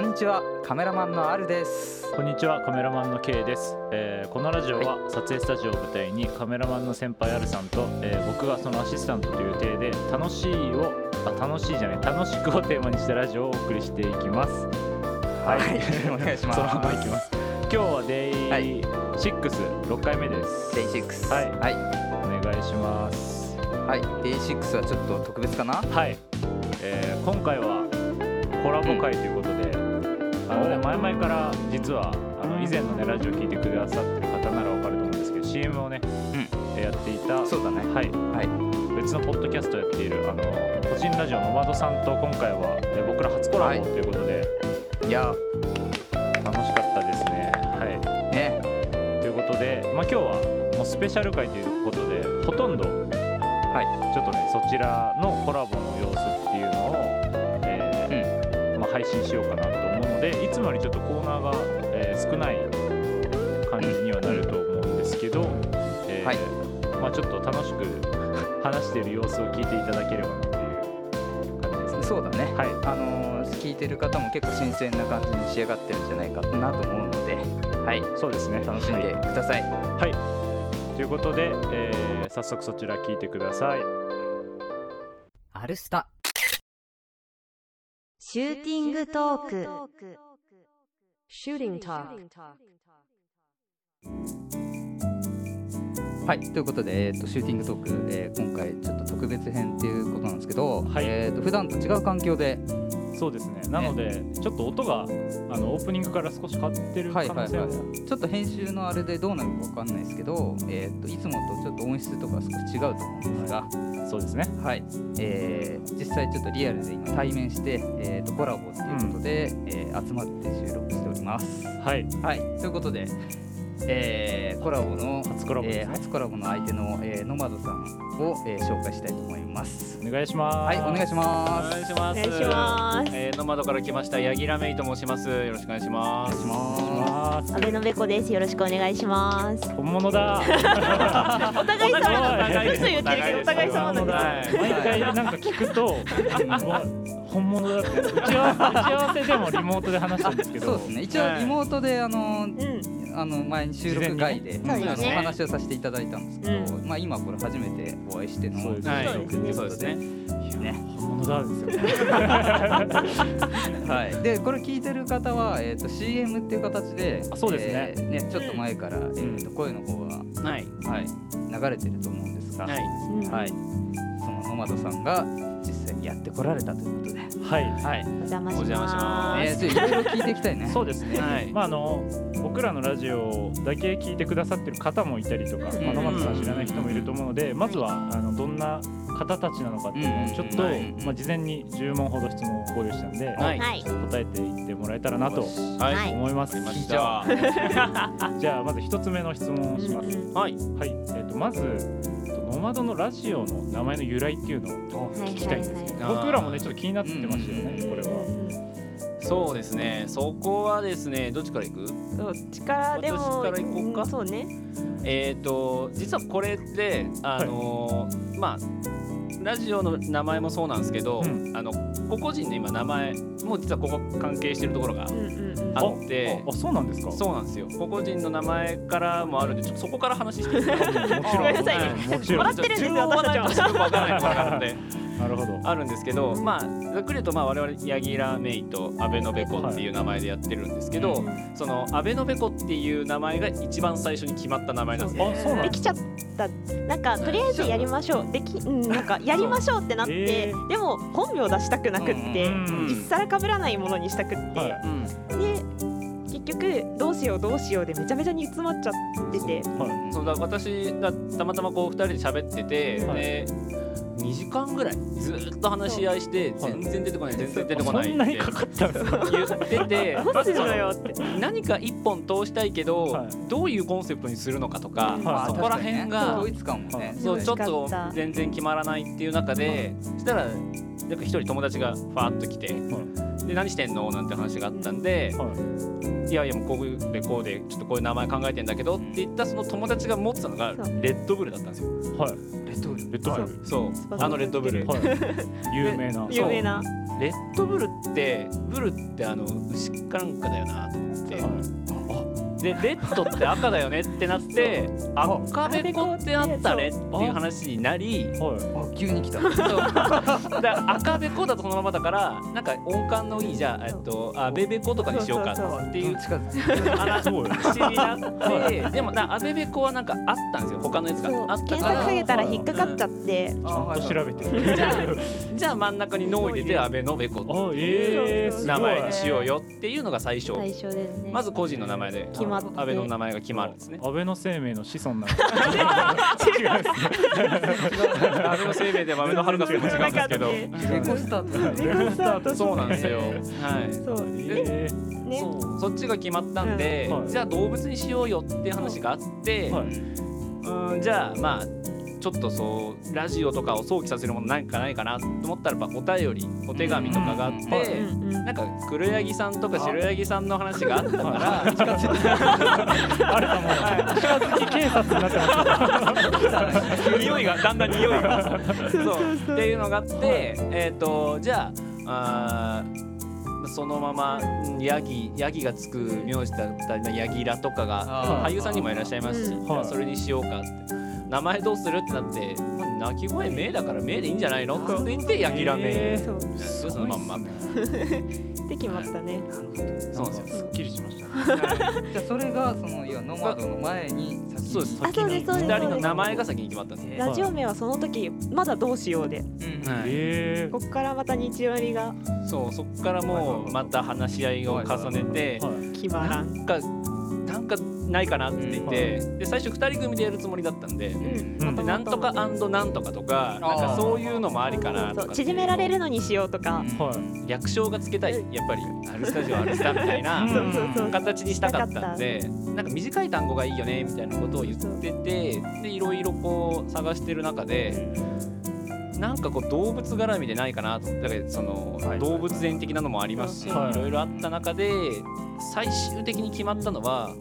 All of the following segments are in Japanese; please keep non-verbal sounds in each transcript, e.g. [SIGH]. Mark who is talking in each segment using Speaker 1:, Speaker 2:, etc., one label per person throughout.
Speaker 1: んにちはカメラマンのあるです
Speaker 2: こんにちはカメラマンの K です、えーこのラジオは撮影スタジオを舞台にカメラマンの先輩あるさんと、えー僕がそのアシスタントという体で楽しいをあ楽しいじゃない楽しくをテーマにしたラジオをお送りしていきますはい、
Speaker 1: はいお [LAUGHS] 願いします
Speaker 2: そのままいきます今日はデイ
Speaker 1: はい
Speaker 2: 66、6回目です
Speaker 1: デイシックス
Speaker 2: はい
Speaker 1: はい
Speaker 2: お願いします
Speaker 1: はいデイシックスはちょっと特別かな
Speaker 2: はい、えー今回はコラボ会ということで、あのね、
Speaker 1: お
Speaker 2: 前々から実はあの以前の、ね、ラジオ聞いてくださってる方ならわかると思うんですけど CM をね、えーやっていた
Speaker 1: そうだね
Speaker 2: はい、
Speaker 1: はい
Speaker 2: 別のポッドキャストをやっているあの個人ラジオのマドさんと今回は、えー僕ら初コラボということで、
Speaker 1: いや
Speaker 2: 楽しかったですね。はい、
Speaker 1: ーね
Speaker 2: ということで、まあ、今日はもうスペシャル回ということでほとんど
Speaker 1: は
Speaker 2: ちょっとねそちらのコラボの様子っていうのを、えーまあ、配信しようかなと思うのでいつもよりちょっとコーナーが、えー少ない感じにはなると思うんですけど、えー
Speaker 1: はい
Speaker 2: まあ、ちょっと楽しく [LAUGHS] 話している様子を聞いていただければなっていう感じですね。
Speaker 1: そうだね
Speaker 2: はい、
Speaker 1: あのー聞いてる方も結構新鮮な感じに仕上がってるんじゃないかなと思うのではい
Speaker 2: そうですね
Speaker 1: 楽しんでくださいは
Speaker 2: はい、ということで、えー早速そちら聞いてください。
Speaker 1: アルスタ
Speaker 3: シューティングトーク。Shooting Talk。
Speaker 1: はいということで、えー、とシューティングトーク、えー今回ちょっと特別編っていうことなんですけど、
Speaker 2: はい
Speaker 1: えー、と普段と違う環境で
Speaker 2: そうですねなのでちょっと音があのオープニングから少し変わってる可
Speaker 1: はいはいは
Speaker 2: 能
Speaker 1: い
Speaker 2: 性も
Speaker 1: ちょっと編集のあれでどうなるかわかんないですけど、えー、といつもとちょっと音質とか少し違うと思うんですが、
Speaker 2: そうですね
Speaker 1: はいえー実際ちょっとリアルで今対面して、えー、とコラボっていうことで、えー集まって収録しております。
Speaker 2: はい
Speaker 1: はいということで、えーコラボの
Speaker 2: 初コラボです
Speaker 1: えー
Speaker 2: ね
Speaker 1: 初コラボの相手の、えーノマドさんを、えー紹介したいと思います。
Speaker 2: お願いします
Speaker 1: はいお願いし
Speaker 4: お
Speaker 1: ます。
Speaker 4: 願いします。
Speaker 3: お願いします
Speaker 4: えー、ノマドから来ましたヤギラメイと申します。よろしくお願いしま
Speaker 1: お
Speaker 4: す。
Speaker 1: 願いしま
Speaker 2: ます
Speaker 3: 阿部のべこです。よろしくお願いします。
Speaker 2: 本物だ
Speaker 3: お互い様だから。嘘言ってるけどお互い様だから。
Speaker 2: 毎回なんか聞くとうん本物だって打ち合わせ打ち合わせでもリモートで話したんですけ
Speaker 1: す。そう
Speaker 2: ど
Speaker 1: ですね一応
Speaker 4: はい
Speaker 1: リモートであのー
Speaker 3: うん。
Speaker 1: あの前に収録外で、
Speaker 3: 事前にね
Speaker 1: あ
Speaker 3: そうです
Speaker 1: のお
Speaker 3: ね
Speaker 1: 話をさせていただいたんですけど、
Speaker 3: う
Speaker 1: まあ今これ初めてお会いしての
Speaker 2: そうですね
Speaker 4: は
Speaker 3: そうです
Speaker 4: い、
Speaker 3: ね
Speaker 4: そうですね。
Speaker 1: ね
Speaker 2: 本物だですよね
Speaker 1: はい、でこれ聞いてる方は、えー、と CM っていう形で
Speaker 2: あそうですね
Speaker 1: えーねちょっと前から、えー、と声の方が、
Speaker 4: はい、
Speaker 1: はい、流れてると思うんですが、
Speaker 4: はい、
Speaker 1: はいそのノマドさんが実際にやってこられたということで、
Speaker 2: はい
Speaker 1: はい
Speaker 3: お邪魔し
Speaker 4: お邪魔し
Speaker 3: ま
Speaker 4: ま
Speaker 1: え
Speaker 3: す。
Speaker 1: ー、ちょっといろいろ聞いていきたいね。
Speaker 2: そうですね、
Speaker 4: はい
Speaker 2: まああの僕らのラジオだけ聞いてくださってる方もいたりとか、
Speaker 3: うん
Speaker 2: まあ、野松さん知らない人もいると思うので、まずはあのどんな方たちなのかっていうのをちょっと、
Speaker 1: うん
Speaker 2: まあ、事前に10問ほど質問をご用意したんで、
Speaker 4: はい
Speaker 3: はい。
Speaker 2: 答えていってもらえたらなと
Speaker 4: はい、
Speaker 3: はい
Speaker 2: 思います、
Speaker 4: ま
Speaker 1: し
Speaker 4: したた。 [LAUGHS] は
Speaker 2: じゃあまず一つ目の質問をします、
Speaker 3: うん
Speaker 4: い、
Speaker 2: はい、えー、とまずえーとノマドのラジオの名前の由来っていうのを
Speaker 3: はい
Speaker 2: 聞きたいんですけど、
Speaker 4: はいはい
Speaker 2: 僕らもねちょっと気になってましたよね、
Speaker 1: うん
Speaker 2: これは。
Speaker 4: そうですね。そこはですね、どっちから行く？
Speaker 3: そう力でも。
Speaker 4: 私から行こうか
Speaker 3: んそうね。
Speaker 4: えっ、ー、と実はこれってあのーまあ。ラジオの名前もそうなんですけど、
Speaker 2: うん
Speaker 4: あの個々人の今名前も実はここ関係してるところが
Speaker 3: うんうんうん。
Speaker 4: あって
Speaker 2: ああそうなんですか
Speaker 4: そうなんですよ個々人の名前からもあるんでちょっとそこから話していいですか
Speaker 2: [LAUGHS] もちろん
Speaker 3: ごめんなさいね
Speaker 2: もちろん
Speaker 3: 笑ってるんですよ
Speaker 4: 順を追わないと
Speaker 3: 私
Speaker 4: ちょっとよくわからないところがあるんで
Speaker 2: なるほど
Speaker 4: あるんですけどまあざっくり言うとまあ我々ヤギラメイとアベノベコっていう名前でやってるんですけど、
Speaker 3: うん
Speaker 4: そのアベノベコっていう名前が一番最初に決まった名前なんですね。
Speaker 2: あそうなん
Speaker 3: で
Speaker 2: だ
Speaker 3: きちゃったなんかとりあえずやりましょうでき、うん、なんかやりましょうってなって、
Speaker 2: えー
Speaker 3: でも本名出したくなくって、
Speaker 2: うんうんうん
Speaker 3: 一切被らないものにしたくって、
Speaker 2: はい
Speaker 4: うん
Speaker 3: で結局どうしようどうしようでめちゃめちゃ煮詰まっちゃってて
Speaker 2: はい
Speaker 4: そうだから私がたまたまこう2人で喋ってて、
Speaker 2: はい
Speaker 4: で2時間ぐらいずっと話し合いして
Speaker 2: そう
Speaker 4: 全然出てこない全然出てこ
Speaker 2: そ
Speaker 4: ない
Speaker 2: ん
Speaker 4: っ
Speaker 2: な
Speaker 4: て
Speaker 2: にかかったんですか
Speaker 4: 言ってて
Speaker 3: どうするのよって
Speaker 4: 何か一本通したいけど、
Speaker 2: はい
Speaker 4: どういうコンセプトにするのかとか、
Speaker 2: まあ
Speaker 4: そこら
Speaker 1: 確かに
Speaker 4: 辺
Speaker 1: ね
Speaker 4: が
Speaker 1: 統一感もね。
Speaker 3: ん
Speaker 4: そうちょっ
Speaker 3: 難
Speaker 4: と
Speaker 3: しかった
Speaker 4: 全然決まらないっていう中で、したらなんか一人友達がファーッと来て、
Speaker 2: ん
Speaker 4: で何してんのなんて話があったんで、い、やいやもうこうでこうでちょっとこういう名前考えてんだけどって言ったその友達が持ってたのが
Speaker 3: そう
Speaker 4: レッドブルだったんですよ
Speaker 2: はい
Speaker 1: レッドブル
Speaker 2: レッドブル
Speaker 4: そう
Speaker 3: 翼
Speaker 4: あのレッドブル
Speaker 2: はい有名
Speaker 5: [LAUGHS]
Speaker 2: な
Speaker 4: で
Speaker 3: 有名な
Speaker 4: レッドブルってブルってあの牛かなんかだよなと思ってでレッドって赤だよねってな [LAUGHS] って赤べこってあったねっていう話になり
Speaker 2: はいはい
Speaker 1: あ急に来た
Speaker 4: そうだ赤べこだとそのままだからなんか音感のいいじゃあえっとあべべことかにしようかっていう
Speaker 1: 近づいて
Speaker 4: 話
Speaker 2: すごい
Speaker 4: になってでもなあべべこはなんかあったんですよ他のやつ
Speaker 3: そう
Speaker 4: があった
Speaker 3: 検
Speaker 4: から
Speaker 3: 索かけたら引っかかっちゃっ
Speaker 2: ちゃ
Speaker 3: て
Speaker 2: んと調べてる [LAUGHS]
Speaker 4: じゃあじゃあ真ん中に「の」を入れて「安倍のべこ」
Speaker 2: あ
Speaker 4: ってい
Speaker 2: え
Speaker 4: う
Speaker 2: ー、すごい
Speaker 4: 名前にしようよっていうのが最初
Speaker 5: 最初ですね
Speaker 4: まず個人の名前で
Speaker 5: 決まって
Speaker 4: 安倍の名前が決まるんですね
Speaker 2: 安倍の生命の子孫なんです違う
Speaker 4: 安倍の生命でも安倍の遥かさんも違
Speaker 5: [LAUGHS]
Speaker 4: うんですけど
Speaker 3: 全
Speaker 1: レコスタート
Speaker 3: レコスタート
Speaker 4: そうなんですよはい
Speaker 3: そう
Speaker 2: え
Speaker 3: ね
Speaker 4: そうそっちが決まったんで
Speaker 2: うんはい
Speaker 4: じゃあ動物にしようよっていう話があっ
Speaker 2: ー、
Speaker 4: て
Speaker 2: はい、
Speaker 4: うんじゃあまあちょっとそうラジオとかを想起させるものなんかないかなと思ったらばお便りお手紙とかがあっ
Speaker 1: うん
Speaker 4: て
Speaker 3: うんうん
Speaker 4: なんか黒柳さんとか白柳さんの話があったから [LAUGHS]
Speaker 1: 近づいて
Speaker 2: あれかも近づき警察になってます
Speaker 4: 匂いがだんだん匂いが
Speaker 3: そう
Speaker 4: そ
Speaker 3: そう
Speaker 4: う
Speaker 3: そう
Speaker 4: っていうのがあって、えっ、とじゃああーそのままうんヤギヤギがつく名字だったりヤギラとかが
Speaker 1: あー
Speaker 4: 俳優さんにもいらっしゃいますし、
Speaker 3: うん
Speaker 4: じゃあそれにしようかって。名前どうするってなって、まあ、鳴き声名だから名でいいんじゃないのって言ってヤギラ名
Speaker 2: え
Speaker 3: そう
Speaker 4: そのまんま
Speaker 1: なる
Speaker 3: で決まったね
Speaker 1: ほど
Speaker 4: そうなんですよ
Speaker 2: すっきりしました
Speaker 1: じゃあそれがそのいやノマドの前に先に
Speaker 4: そうです
Speaker 5: あそうですそうです
Speaker 4: 二人の名前が先に決まったんですね
Speaker 3: ラジオ名はその時まだどうしようで
Speaker 1: うん
Speaker 4: はい
Speaker 2: え
Speaker 3: こっからまた日曜日が
Speaker 4: そうそこからもうまた話し合いを重ねて
Speaker 2: ー、はい
Speaker 3: 決まらん
Speaker 4: なんかなんかないかなって言って、で最初2人組でやるつもりだったんで、
Speaker 1: うん
Speaker 2: うん
Speaker 4: でなんとかなんとかとか
Speaker 1: あ
Speaker 4: な
Speaker 1: ー
Speaker 4: んかそういうのもありかなと
Speaker 3: そ
Speaker 4: か
Speaker 3: う縮められるのにしようとか
Speaker 2: は
Speaker 4: 略称がつけたいやっぱり「アルスタジオアルスタ」みたいな [LAUGHS]
Speaker 2: うん
Speaker 3: そうそうそう
Speaker 4: 形にしたかったんでなんか短い単語がいいよねみたいなことを言っててでいろいろこう探してる中で。なんかこう動物絡みでないかなとだからその
Speaker 1: はい
Speaker 4: 動物園的なのもありますしい
Speaker 2: はい
Speaker 4: ろいろあった中で最終的に決まったのは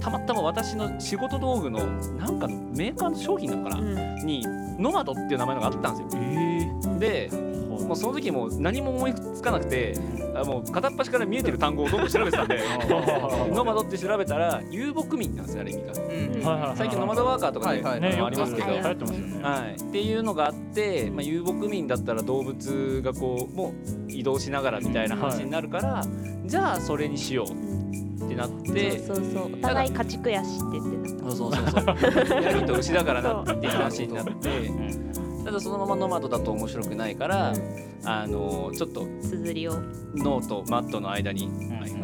Speaker 4: たまたま私の仕事道具のなんかのメーカーの商品なのか
Speaker 3: う
Speaker 4: なんにノマドっていう名前のがあったんですよ。
Speaker 2: えー
Speaker 4: でも
Speaker 2: は
Speaker 4: うその時もう何も思いつかなくてあもう片っ端から見えてる単語をどんどん調べてたんで [LAUGHS] ノマドって調べたら遊牧民なんですよあれ意味が
Speaker 1: うん
Speaker 2: はいはい
Speaker 4: 最近ノマドワーカーとかで、
Speaker 1: はいはい
Speaker 2: ね
Speaker 4: あ
Speaker 2: よ
Speaker 4: の
Speaker 2: く
Speaker 4: ありますけど、
Speaker 2: 流
Speaker 4: は
Speaker 2: 行
Speaker 4: い
Speaker 2: ってますよね
Speaker 4: っていうのがあって、まあ、遊牧民だったら動物がこうもう移動しながらみたいな話になるから、じゃあそれにしようってなって
Speaker 5: そうそうそうお互い家畜やしって言って
Speaker 4: そうそうそうそうヤギと牛だからなっていう話になってただそのままノマドだと面白くないから、あのちょっと
Speaker 5: た綴りを
Speaker 4: ノーとマットの間に
Speaker 1: うん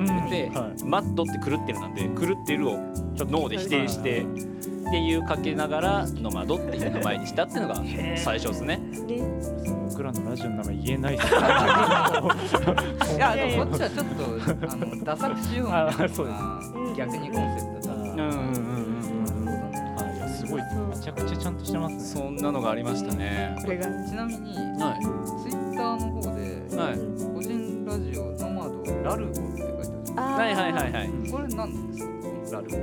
Speaker 4: 埋めて、
Speaker 2: は
Speaker 4: マットって狂ってるなんで狂ってるを
Speaker 2: ちょっと
Speaker 4: 脳で否定してっていうかけながらノマドっていう名前にしたっていうのが最初ですね。
Speaker 3: ね
Speaker 2: 僕らのラジオの名前言えないです
Speaker 1: いやでもこっちはちょっとあのダサくしようみたいな
Speaker 2: あそうです
Speaker 1: あ逆にコンセプトが
Speaker 4: うんうんうんうんうん
Speaker 2: あいやすごいめちゃくちゃちゃんとしてますね
Speaker 4: そんなのがありましたね。
Speaker 3: これが
Speaker 1: ちなみに
Speaker 4: は
Speaker 1: ツイッターの方で
Speaker 4: いはい
Speaker 1: 個人ラジオノマドラルゴって書いてあるじゃ
Speaker 5: あ
Speaker 4: はいはいはいはい。
Speaker 1: んこれ何ですかラルゴ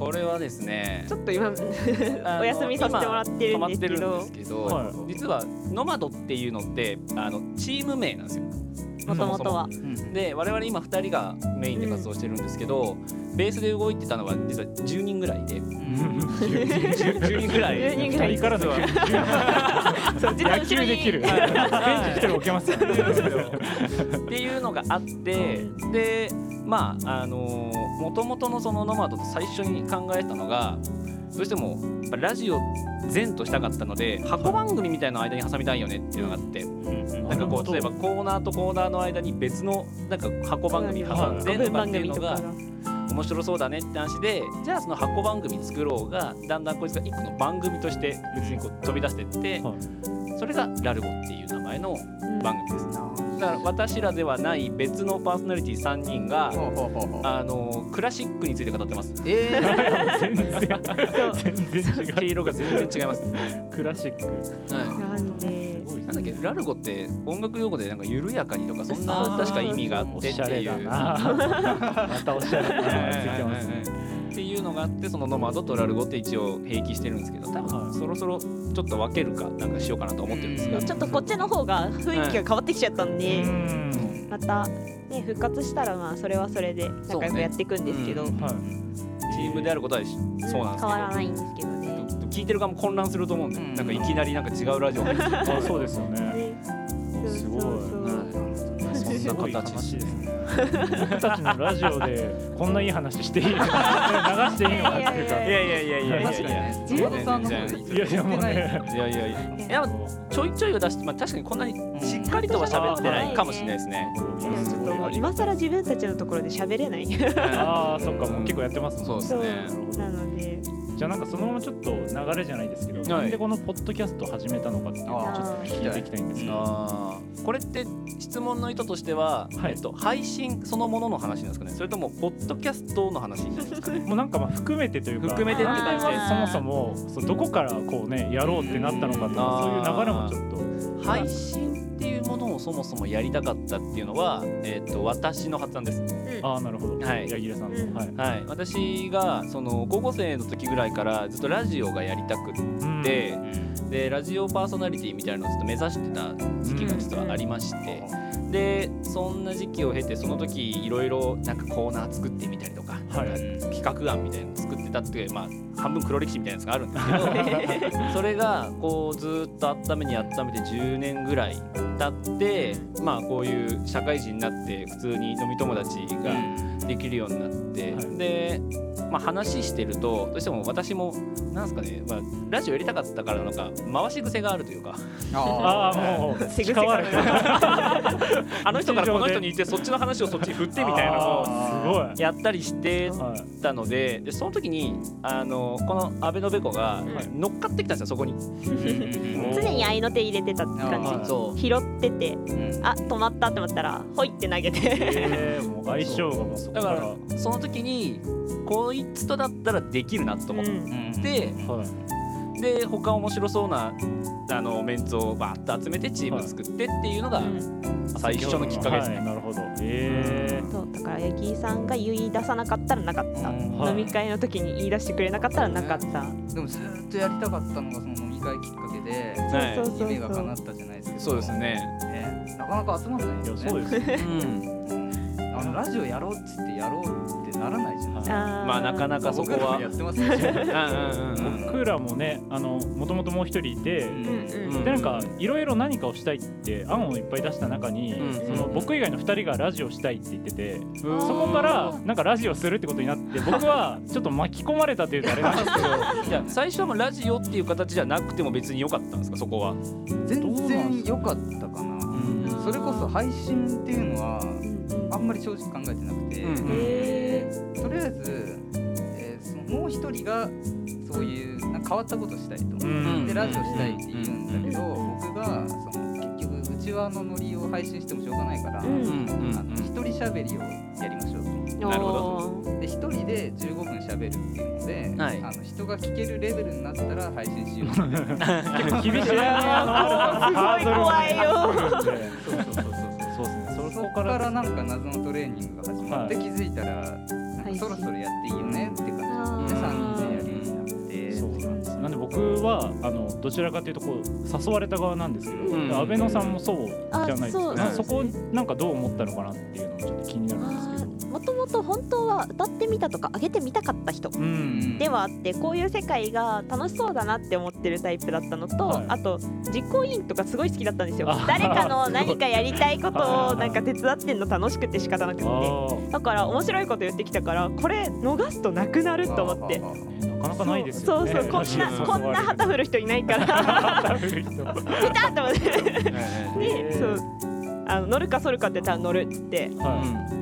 Speaker 4: これはですね
Speaker 3: ち、ょっと今
Speaker 4: あの
Speaker 3: お休みさせてもらってる
Speaker 4: 今
Speaker 3: ん
Speaker 4: 止ま
Speaker 3: で
Speaker 4: っ
Speaker 3: すけ
Speaker 4: てるん
Speaker 3: ど
Speaker 4: ですけど、
Speaker 2: はい
Speaker 4: 実はノマドっていうのってあのチーム名なんですよ。
Speaker 5: もともとは
Speaker 4: で我々今2人がメインで活動してるんですけど、ベースで動いてたのは実は10人ぐらいで 10, 人ぐらい
Speaker 3: 10人ぐら
Speaker 2: 二
Speaker 3: い
Speaker 2: 人からでは野球できるベンチ一人置けますよね
Speaker 4: っていうのがあってでまああのもともとのそのノマドと最初に考えたのがどうしてもやっぱラジオ前としたかったので箱番組みたいなのを間に挟みたいよねっていうのがあって、なんかこう例えばコーナーとコーナーの間に別のなんか箱番組挟んでとかっていうのが面白そうだねって話でじゃあその箱番組作ろうがだんだんこいつが一個の番組として別にこう飛び出してって、
Speaker 2: は
Speaker 4: それがラルゴっていう名前の番組です、だから私らではない別のパーソナリティ3人が、
Speaker 1: ほうほうほう
Speaker 4: [LAUGHS]
Speaker 1: ほう
Speaker 4: あのークラシックについて語ってます
Speaker 1: えー
Speaker 2: 全然全然違
Speaker 4: 毛色が全然違います、
Speaker 2: うクラシック
Speaker 3: なん
Speaker 2: 多
Speaker 3: で
Speaker 2: いですね
Speaker 4: だっけラルゴって音楽用語でなんか緩やかにとかそんな
Speaker 3: そう
Speaker 4: 確か意味があっ
Speaker 2: お
Speaker 4: てっ
Speaker 2: してゃれ
Speaker 4: い
Speaker 2: だ
Speaker 4: う。
Speaker 2: なまたおしゃれな名前ついてますね
Speaker 4: っていうのがあってそのノマドとラルゴって一応併記してるんですけど多
Speaker 2: は
Speaker 4: 分
Speaker 2: い
Speaker 4: そろそろちょっと分けるかなんかしようかなと思ってるんですが
Speaker 1: う
Speaker 5: ちょっとこっちの方が雰囲気が変わってきちゃったんで、
Speaker 2: うん
Speaker 5: また、ね、復活したらまあそれはそれで仲良くやっていくんですけど、
Speaker 4: そうね
Speaker 2: はい
Speaker 4: チームであることは一緒
Speaker 5: うん
Speaker 4: そうなんで
Speaker 5: 変
Speaker 4: すけど
Speaker 5: わらないんですけどね。
Speaker 4: 聞いてる側も混乱すると思うんで、
Speaker 1: うん
Speaker 4: なんかいきなりなんか違うラジオが
Speaker 2: あそうですよね
Speaker 5: ね
Speaker 2: あすごい
Speaker 5: そうそうそう
Speaker 4: そんな形
Speaker 2: 悲
Speaker 4: し
Speaker 2: しい
Speaker 4: て
Speaker 2: ですね僕たちのラジオでこんないい話していい流していいのかっていうか
Speaker 5: いや
Speaker 4: いやいやい
Speaker 2: やいや
Speaker 1: 確かにね
Speaker 4: いやいや
Speaker 1: 山田さんの方で
Speaker 2: いやいやも
Speaker 1: 言
Speaker 2: う
Speaker 1: ってない
Speaker 2: ね
Speaker 4: いやいやいやいやちょいちょいは出して、まあ、確かにこんなにしっかりとは喋ってないかもしれないですね。
Speaker 5: でもちょっともう今更自分たちのところで喋れない
Speaker 2: ああそっかもう結構やってます
Speaker 4: そう
Speaker 2: もん
Speaker 4: ですね。
Speaker 5: なので
Speaker 2: じゃあなんかそのままちょっと流れじゃないですけど、
Speaker 4: い
Speaker 2: なんでこのポッドキャスト始めたのかっていうのをちょっと聞いていきたいんですが、
Speaker 4: あーこれって質問の意図としては、
Speaker 2: はい
Speaker 4: えっと、配信そのものの話なんですかねそれともポッドキャストの話になるんですかね
Speaker 2: もうなんかまあ含めてというか
Speaker 4: 含め
Speaker 5: てって感じで
Speaker 2: そもそもそうどこからこうねやろうってなったのかとかそういう流れもちょっと
Speaker 4: 配信っていうものをそもそもやりたかったっていうのは、えっと、私の発案です。
Speaker 2: ああなるほど、
Speaker 4: はい
Speaker 2: 柳楽さんの、
Speaker 5: うん
Speaker 2: はい
Speaker 4: はい、私がその高校生の時ぐらいからずっとラジオがやりたくっ
Speaker 2: うん
Speaker 4: て、でラジオパーソナリティみたいなのをずっと目指してた時期が実はありまして、でそんな時期を経てその時いろいろなんかコーナー作ってみたりとか、
Speaker 2: はい
Speaker 4: なんか企画案みたいなの作ってたっていう、まあ、半分黒歴史みたいなやつがあるんで
Speaker 2: [LAUGHS]
Speaker 4: すけどそれがこうずーっと温めに温めて10年ぐらい経って、まあこういう社会人になって普通に飲み友達ができるようになって、
Speaker 2: はい
Speaker 4: で、まあ、話してるとどうしても私もなんですかね、まあ、ラジオやりたかったからなのか回し癖があるというか
Speaker 2: あ
Speaker 1: あ
Speaker 2: あも [LAUGHS] う
Speaker 3: せぐせ
Speaker 2: 使われて
Speaker 4: あの人からこの人に言ってそっちの話をそっちに振ってみたいなのを
Speaker 2: あーす
Speaker 4: やったりして
Speaker 2: ごい、はい、
Speaker 4: たのででその時にあのこの安倍のべこが
Speaker 5: うん
Speaker 4: 乗っかってきたんですよそこに。
Speaker 1: ー
Speaker 5: 常に合いの手入れてたって感
Speaker 1: あー
Speaker 5: じ
Speaker 4: そ
Speaker 5: 拾っててあ止まったって思ったらほいって投げて
Speaker 2: えー、もう相性がもうそこか
Speaker 4: だ
Speaker 2: ら
Speaker 4: からその時にこいつとだったらできるなと思っ
Speaker 5: うん
Speaker 4: て、
Speaker 2: はい、
Speaker 4: で他面白そうなあのメンツをバーッと集めてチーム作ってっていうのが
Speaker 5: うん
Speaker 4: 最初のきっかけですね。
Speaker 2: はいなるほどえ
Speaker 5: そうだから八木さんが言い出さなかったらなかった、
Speaker 2: んはい
Speaker 5: 飲み会の時に言い出してくれなかったらなかった、
Speaker 1: でもずっとやりたかったのがその飲み会きっかけで
Speaker 4: はい
Speaker 5: そうそうそう
Speaker 1: 夢が叶ったじゃないですけど
Speaker 4: そうです
Speaker 1: [LAUGHS]
Speaker 4: ね。
Speaker 1: ねなかなか集まらない
Speaker 2: ー、い
Speaker 1: よ
Speaker 2: や
Speaker 1: ね
Speaker 2: そうですよ
Speaker 4: [LAUGHS]
Speaker 2: ね
Speaker 4: うん、
Speaker 1: あのラジオやろうっつってやろうってならないじゃないですか
Speaker 5: あー
Speaker 4: まあなかなかそこ
Speaker 1: 僕ら
Speaker 4: は
Speaker 1: もや。ってます
Speaker 4: [LAUGHS]
Speaker 1: ね
Speaker 4: うんうんうん
Speaker 2: 僕らもねあのもともともう一人いて、
Speaker 1: うん
Speaker 5: うんうん
Speaker 2: でなんかいろいろ何かをしたいって案をいっぱい出した中に、
Speaker 4: うん
Speaker 2: その僕以外の2人がラジオしたいって言ってて
Speaker 4: うん
Speaker 2: そこからなんかラジオするってことにな
Speaker 5: [LAUGHS]
Speaker 2: って僕はちょっと巻き込まれたというとあれなんですけど
Speaker 4: じゃあ最初はもうラジオっていう形じゃなくても別に良かったんですかそこは。
Speaker 1: 全然良かったかなそれこそ配信っていうのはあんまり正直考えてなくて、
Speaker 4: うんうん
Speaker 1: えーとりあえず、えーそのもう一人がそういうなんか変わったことしたいと
Speaker 5: [LAUGHS]
Speaker 1: 思って、
Speaker 2: うん
Speaker 1: でラジオしたいって言うんだけど、
Speaker 5: うんうん
Speaker 1: 僕がその結局うちわのノリを配信してもしょうがないから、
Speaker 5: うん
Speaker 1: あの一人喋りをやりましょうと思って
Speaker 5: おー
Speaker 4: なるほ
Speaker 1: で一人で15分喋るっていうので、
Speaker 4: はい
Speaker 1: あの人が聞けるレベルになったら配信しようっていう
Speaker 5: [LAUGHS]
Speaker 2: 厳しいねあの
Speaker 5: すごい怖いよ
Speaker 2: ハードルが
Speaker 1: そうそうそうそう
Speaker 2: そうですねそ
Speaker 1: そ
Speaker 2: こ
Speaker 1: こか
Speaker 2: か
Speaker 1: ららなんか謎のトレーニングが始まって、
Speaker 2: は
Speaker 1: 気づいたらなんかそろそろやっていいよねって感じ
Speaker 5: あ
Speaker 1: で
Speaker 5: ー
Speaker 1: 3人でやるようになって
Speaker 2: そうなんですなんで僕はあのどちらかというとこう誘われた側なんですけど、
Speaker 4: うん
Speaker 2: 安倍野さんもそうじゃないですか
Speaker 5: あそう
Speaker 2: なんか
Speaker 5: そ
Speaker 2: そうこなんかどう思ったのかなっていうのもちょっと気になるんですけど。
Speaker 5: もともと本当は歌ってみたとか上げてみたかった人
Speaker 2: うん
Speaker 5: ではあってこういう世界が楽しそうだなって思ってるタイプだったのと、
Speaker 2: はい
Speaker 5: あと実行委員とかすごい好きだったんですよ
Speaker 2: あー
Speaker 5: 誰かの何かやりたいこと
Speaker 2: は [LAUGHS]
Speaker 5: を
Speaker 2: い
Speaker 5: なんか手伝ってんの楽しくて仕方なくって
Speaker 2: ああ
Speaker 5: だから面白いこと言ってきたからこれ逃すとなくなると思って。
Speaker 2: ねなかなかないですよね。
Speaker 5: そうそうこんなこんな旗振る人いないから
Speaker 2: [LAUGHS]
Speaker 5: 来たと思ってでそうあの乗るか反るかって言ったら乗るっつって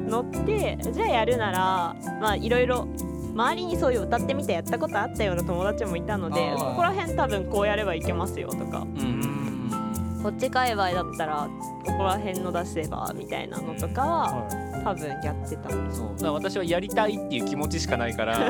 Speaker 5: 乗ってじゃあやるならまあいろいろ周りにそういう歌ってみてやったことあったような友達もいたので
Speaker 1: あー
Speaker 5: そこら辺多分こうやればいけますよとかこっち界隈だったらここら辺の出せばみたいなのとかは、多分やってた
Speaker 4: そうだから私はやりたいっていう気持ちしかないからも